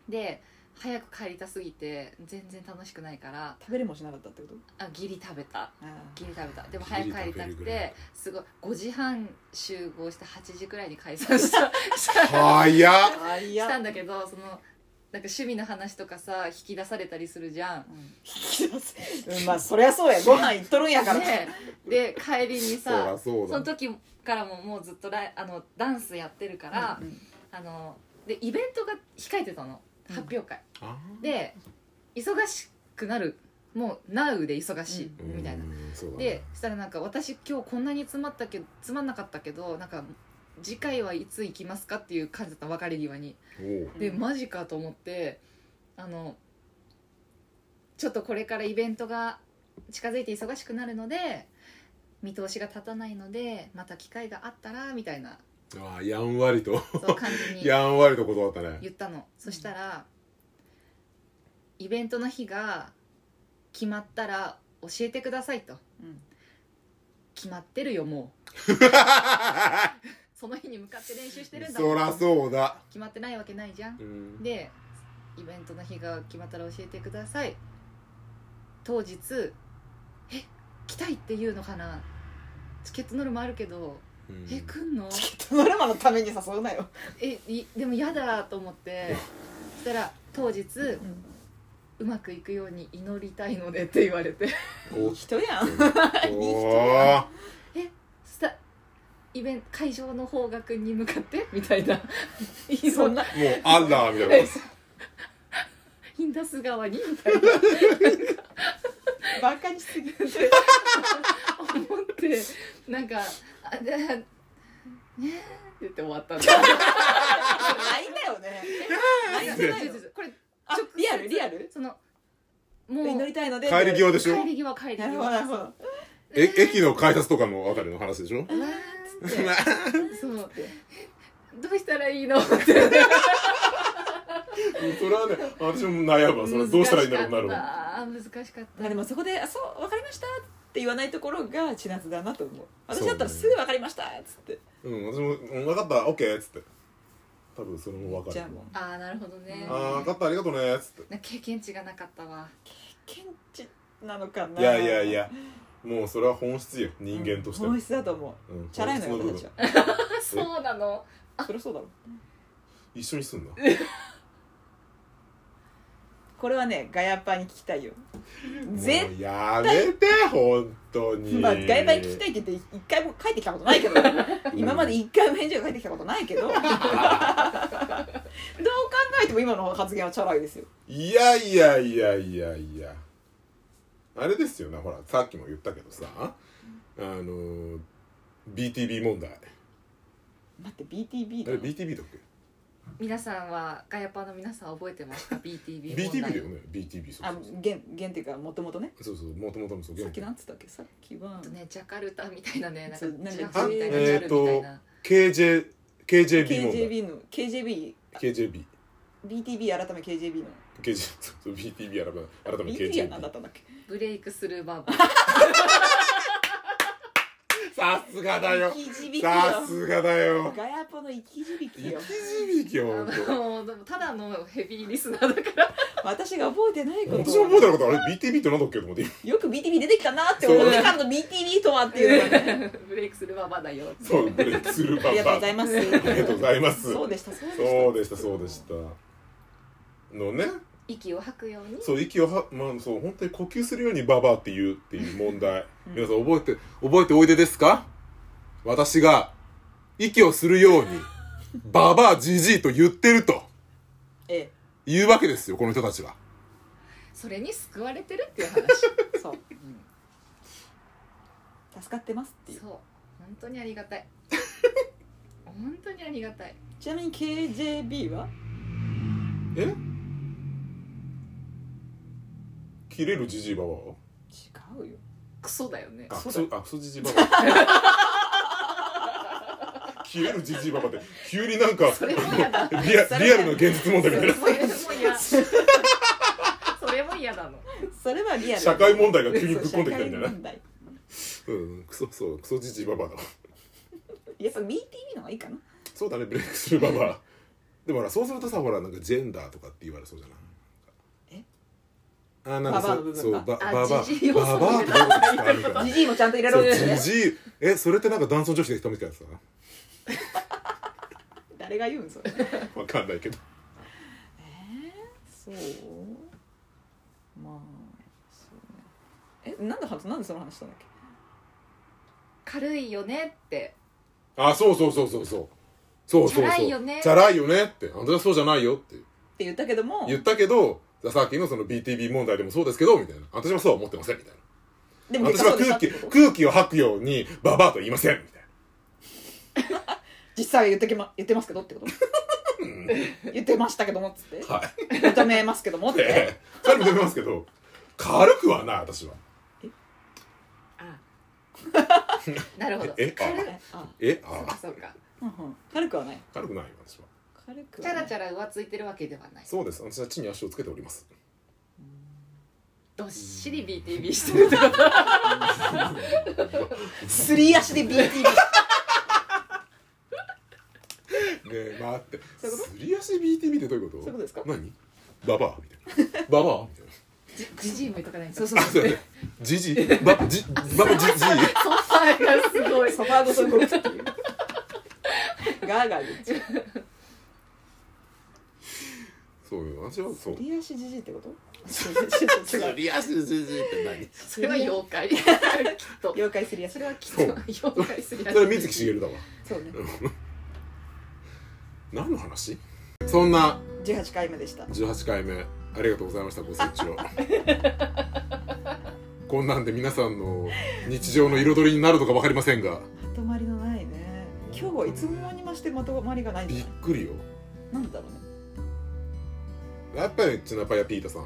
Speaker 3: で早く帰りたすぎて全然楽しくないから
Speaker 2: 食べれもしなかったってこと
Speaker 3: あギリ食べた
Speaker 2: あ
Speaker 3: ギリ食べたでも早く帰
Speaker 1: ギリ
Speaker 3: りたく
Speaker 1: 食べるぐら
Speaker 3: て
Speaker 1: い
Speaker 3: すごい5時半集合して8時くらいに解散したし
Speaker 1: 早っ
Speaker 2: ーあい
Speaker 3: た
Speaker 2: や
Speaker 3: んだけどそのなんか趣味の話とかさ引き出されたりするじゃん
Speaker 2: うん引き出すうんまあそりゃそうやご飯行っとるんやから
Speaker 3: ねで帰りに
Speaker 1: そり
Speaker 3: さ
Speaker 1: ゃそう
Speaker 3: そ
Speaker 1: だ
Speaker 3: の時からももうずっとライあのダンスやってるから、
Speaker 2: うん
Speaker 3: あのでイベントが控えてたの
Speaker 2: うん
Speaker 3: 発表会、
Speaker 1: あー
Speaker 3: で忙しくなるもう Now で忙しい、
Speaker 1: うん
Speaker 3: みたいな
Speaker 1: そうだね
Speaker 3: でそしたらなんか私今日こんなに詰まったけどつまんなかったけどなんか次回はいつ行きますかっていう感じだったの別れ際に
Speaker 1: おう
Speaker 3: で
Speaker 2: うん
Speaker 3: マジかと思ってあのちょっとこれからイベントが近づいて忙しくなるので見通しが立たないのでまた機会があったらみたいな
Speaker 1: あーやんわりと
Speaker 3: そう感
Speaker 1: [laughs]
Speaker 3: じに
Speaker 1: やんわりと断ったね
Speaker 3: 言ったのそしたらイベントの日が決まったら教えてくださいと
Speaker 2: うん
Speaker 3: 決まってるよもうその日に向かって練習してるんだもん
Speaker 1: [laughs] そらそうだ
Speaker 3: 決まってないわけないじゃん
Speaker 1: うん
Speaker 3: でイベントの日が決まったら教えてください当日え来たいっていうのかなチケットノルマあるけど
Speaker 1: うん
Speaker 3: え来
Speaker 2: [laughs]
Speaker 3: んの
Speaker 2: チケットノルマのために誘うなよ
Speaker 3: えいでも嫌だと思ってそしたら当日うまくいくように祈りたいのでって言われて [laughs]
Speaker 1: お
Speaker 2: 人や
Speaker 1: お
Speaker 2: ん
Speaker 1: ー
Speaker 3: そしたイベント会場の方角に向かってみたいな
Speaker 2: [laughs] そ
Speaker 3: [laughs]
Speaker 2: んな
Speaker 1: もうアンダーみたいな
Speaker 3: インダス川にみたいな [laughs]
Speaker 2: バカにしすぎる
Speaker 3: 思ってなんか「あでねえ」って言って終わったんだ
Speaker 2: ないんだよねないんじゃない
Speaker 3: 違う
Speaker 2: の
Speaker 3: 違う違うこれ
Speaker 2: あ
Speaker 3: 直接
Speaker 2: リアルリアル
Speaker 3: そのもう
Speaker 2: 祈りたいので
Speaker 1: 帰り際でしょ
Speaker 3: 帰り際帰り
Speaker 2: なるほどなるほ
Speaker 3: 際
Speaker 2: ど
Speaker 1: え駅の改札とかのあたりの話でしょ
Speaker 3: うわ
Speaker 1: [laughs]
Speaker 3: ーってそう
Speaker 2: て
Speaker 3: どうしたらいいのって
Speaker 1: うんそれはね私も悩むわそれどうしたらいいんだろうなるわ
Speaker 3: 難しかった難しかっ
Speaker 2: まあ
Speaker 3: た
Speaker 2: でもそこで「あそう分かりました」って言わないところが千夏だなと思う私だったらすぐ「分かりました」っつって
Speaker 1: うん私もうん「分かったオッケー」っつって多分それも分か
Speaker 2: じ
Speaker 1: る
Speaker 2: ゃあもう
Speaker 3: ああなるほどね
Speaker 1: あー分かったありがとうねっつっ
Speaker 3: な経験値がなかったわ
Speaker 2: 検知なのかな
Speaker 1: ていやいやいやもうそれは本質よ人間として
Speaker 2: 本質だと思う
Speaker 1: うん
Speaker 2: チャラいのよ
Speaker 1: 本質部
Speaker 2: 私
Speaker 1: 分
Speaker 2: は
Speaker 3: あそうなの
Speaker 2: そりゃそうだろ
Speaker 1: 一緒にすんな
Speaker 2: これはねガヤパーに聞きたいよ全
Speaker 1: もうやめて本当に
Speaker 2: まあ、ガヤパーに聞きたいって言って一回も帰ってきたことない
Speaker 1: [laughs]
Speaker 2: けど今まで一回も返事が返ってきたことないけどどう考えても今の発言はチャラいですよ
Speaker 1: いやいやいやいやいやあれですよなほらさっきも言ったけどさあのー BTB 問題
Speaker 2: 待って BTB
Speaker 1: あ
Speaker 2: だ
Speaker 1: れ
Speaker 2: よ
Speaker 1: BTB だっけ
Speaker 3: 皆さんはガヤパーの皆さん覚えてますか BTB 問
Speaker 1: BTB
Speaker 3: 題
Speaker 1: だよね BTB そう
Speaker 2: あ
Speaker 1: そうそう
Speaker 2: 原原っていうかもともとね
Speaker 1: そうそうもともとのそう
Speaker 2: さっき
Speaker 1: 元
Speaker 2: なんつったっけさっきは
Speaker 3: あとねジャカルタみたいなねなんか
Speaker 2: そうなんか
Speaker 3: ジャカルタみたいな
Speaker 1: え
Speaker 3: ジャ
Speaker 1: ー
Speaker 3: ル
Speaker 1: と
Speaker 3: みたいな
Speaker 1: KJ KJB 問題
Speaker 2: KJB の KJB
Speaker 1: KJB
Speaker 2: BTB 改め KJB の
Speaker 1: KJ そうそう BTB 改め改め
Speaker 2: BTB は何
Speaker 1: KJB
Speaker 2: だったんだっけ
Speaker 3: ブレイクスルーバーバー
Speaker 1: さすがだよ
Speaker 2: 生き字引きよ
Speaker 1: さすがだよ
Speaker 2: ガヤポの生き字引きよ
Speaker 1: 生き字引きよ本当
Speaker 3: あのでもただのヘビーリスナーだから
Speaker 2: 私が覚えてないこと
Speaker 1: 私も覚えたことあれ BTB ってなんだっけと思って今
Speaker 2: よく BTB 出てきたなって思ってからの BTB とはっていうのがね
Speaker 3: ブレイクするババだよ
Speaker 1: そうブレイクスルー
Speaker 2: あ
Speaker 1: パ
Speaker 2: りがとうご
Speaker 1: パ
Speaker 2: ざいます
Speaker 1: ありがとうございます
Speaker 2: そうでしたそうでした
Speaker 1: そうでしたそうでしたのね
Speaker 3: 息を吐くように
Speaker 1: そう息をはまあそう本当に呼吸するようにババアって言うっていう問題、
Speaker 2: うん
Speaker 1: 皆さん覚えて覚えておいでですか私が息をするようにババアじじいと言ってると
Speaker 2: え
Speaker 1: いうわけですよこの人たちは
Speaker 3: それに救われてるっていう話
Speaker 1: [laughs]
Speaker 2: えそう、助かってますっていう
Speaker 3: そう本当にありが
Speaker 1: [laughs]
Speaker 3: たい本当にありがたい
Speaker 2: ちなみに KJB は
Speaker 1: え切れるじじいばばは
Speaker 2: 違うよ
Speaker 3: クソだよね
Speaker 1: あク
Speaker 2: そうだ
Speaker 1: ソ
Speaker 2: よ
Speaker 1: あクソじじいば [laughs] ば消えるじじいばばって急になんか
Speaker 3: それも嫌だ
Speaker 1: リアリアルな現実問
Speaker 3: そ
Speaker 1: 題
Speaker 3: れ
Speaker 1: み
Speaker 3: [laughs]
Speaker 1: たいな
Speaker 3: も嫌それも嫌なの
Speaker 2: それはリアル
Speaker 1: 社会問題が急にぶっ込んできたみたいな
Speaker 2: そう社会問題
Speaker 1: うんクソそうクソじじいばばだわ
Speaker 2: やっぱ MeTV の方がいいかな
Speaker 1: そうだねブレイクするばばでもほらそうするとさほらなんかジェンダーとかって言われそうじゃない
Speaker 2: え
Speaker 1: あなんか
Speaker 2: ババア
Speaker 1: そ
Speaker 2: の部
Speaker 1: う
Speaker 2: 分
Speaker 1: そうばば
Speaker 2: が
Speaker 1: ば
Speaker 3: あ
Speaker 1: ばば
Speaker 3: じじい要素
Speaker 1: ばってどういうことですかみたいな
Speaker 2: ジジイもちゃんと入れろ
Speaker 1: そ
Speaker 2: って
Speaker 1: う
Speaker 2: ね
Speaker 1: じじいえそれってなんか男装女子で人みたいなさ
Speaker 2: 誰が言うんそれ
Speaker 1: わかんないけど
Speaker 2: そうまあそうねえなんで話なんでその話したんだっけ
Speaker 3: 軽いよねって
Speaker 1: あそうそうそうそうそうそうそうそう
Speaker 3: チャラいよね
Speaker 1: チャラいよねってあんたはそうじゃないよって
Speaker 2: って言ったけども
Speaker 1: 言ったけどさっきのその BTB 問題でもそうですけどみたいな私はそうは思ってませんみたいな
Speaker 2: でも
Speaker 1: 私
Speaker 2: 結果
Speaker 1: は
Speaker 2: そうで
Speaker 1: 空
Speaker 2: したって
Speaker 1: 気
Speaker 2: こと
Speaker 1: 空気を吐くようにババアと言いませんみたいな
Speaker 2: 実際は言ってきま言ってますけどってこと言ってましたけどもっつって
Speaker 1: はい
Speaker 2: 認めますけどもって
Speaker 1: ええそれも認めますけど軽くはない私は
Speaker 3: あ [laughs] なるほど
Speaker 1: えあ
Speaker 3: 軽い
Speaker 2: えあ
Speaker 1: え
Speaker 3: そう
Speaker 1: あ
Speaker 3: かそうか
Speaker 2: うんうん軽くはない
Speaker 1: 軽くないよ私は
Speaker 2: 軽く
Speaker 3: チ
Speaker 2: は
Speaker 3: ャ
Speaker 2: な
Speaker 3: ラ
Speaker 2: い
Speaker 3: チャラ浮ついてるわけではない
Speaker 1: そうです私は地に足をつけております
Speaker 3: どっしり BTB してる
Speaker 2: すり足で BTV
Speaker 1: ねえ待って
Speaker 2: そういうこ
Speaker 1: すり足 BTB ってどういうこと
Speaker 2: そういうことですか
Speaker 1: 何ババアみたいなババアみたいな
Speaker 3: じ [laughs] じじいも言っとかないと
Speaker 2: そうそう
Speaker 1: あ
Speaker 2: そ
Speaker 1: そう
Speaker 2: う
Speaker 1: やねジジイバジババジジイ
Speaker 3: ソファーがすごい
Speaker 2: ソファーごと動くっていうガーガー言っちゃう
Speaker 1: そうよ私はそう
Speaker 2: すり足じじいってことちょっと違う
Speaker 1: り足ジジイって
Speaker 3: それは妖
Speaker 1: [laughs]
Speaker 3: 怪きっと
Speaker 2: [laughs] 妖怪すり足
Speaker 3: それはきっと
Speaker 1: そう
Speaker 3: 妖怪すり
Speaker 1: それは水木しげるだわ
Speaker 2: そうね
Speaker 1: 何の話そんな
Speaker 2: 18回目でした
Speaker 1: 18回目ありがとうございましたご清
Speaker 2: [laughs]
Speaker 1: 聴こんなんで皆さんの日常の彩りになるのか分かりませんが
Speaker 2: まとまりのないね今日はいつもにましてまとまりがないんじ
Speaker 1: び
Speaker 2: ゃ
Speaker 1: っ
Speaker 2: ない
Speaker 1: くりよ
Speaker 2: なんでだろう
Speaker 1: やっぱりチナパヤピータさん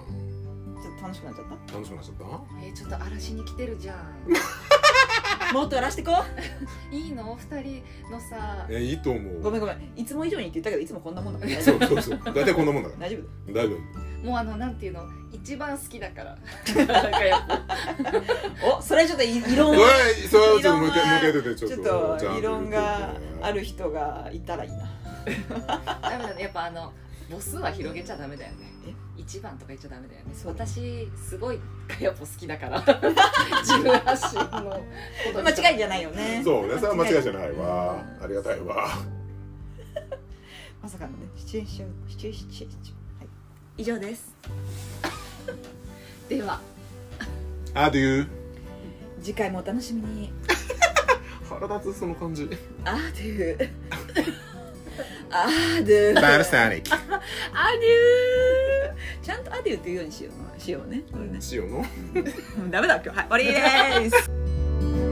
Speaker 2: ねちょっと楽しくなっちゃっ
Speaker 1: 楽しくなっちゃっ
Speaker 3: えーちょっと嵐に来てるじゃん
Speaker 2: たもっとやらしてこ
Speaker 3: いいの二人の
Speaker 1: た
Speaker 3: さ
Speaker 1: えいいと思
Speaker 2: う
Speaker 1: う
Speaker 2: ごめんごめんいつも以上にって言ったけどいつもこんなもんだから大丈
Speaker 1: そ
Speaker 2: 夫
Speaker 1: うそうそう大体こんなもんだか
Speaker 2: 大丈夫
Speaker 1: らだいぶ
Speaker 3: もうあのなんていうの一番好きだからなんかやっぱ
Speaker 2: おそれちょっとい異論
Speaker 1: おいそれはちょっともう一
Speaker 2: 異論は
Speaker 1: 回もう一回出てちょっ
Speaker 2: ちょ
Speaker 1: と
Speaker 2: っと
Speaker 1: ちゃん
Speaker 2: 異論があ
Speaker 1: る
Speaker 2: る人がいたらいいな
Speaker 3: ダメだ [laughs] ねやっぱあの母数は広げちゃダメだよね
Speaker 2: え
Speaker 3: 一番とか言っちゃダメだよね
Speaker 2: そう
Speaker 3: 私すごいかやっぽ好きだから [laughs] 自分発信の [laughs] ことに
Speaker 2: 間違いじゃないよね
Speaker 1: そうねそれは間違いじゃないわありがたいわ
Speaker 2: まさかのねシチュエーションシチュエーションはい以上です
Speaker 3: では
Speaker 1: アデュー
Speaker 2: 次回もお楽しみに
Speaker 1: 腹立つその感
Speaker 2: [laughs]
Speaker 1: じ
Speaker 2: アードゥーアードゥー
Speaker 1: バルサニック
Speaker 2: アデューちゃんとアデューって言うようにしようしようねこれね
Speaker 1: 塩の
Speaker 2: ダメだ今日はい終わりです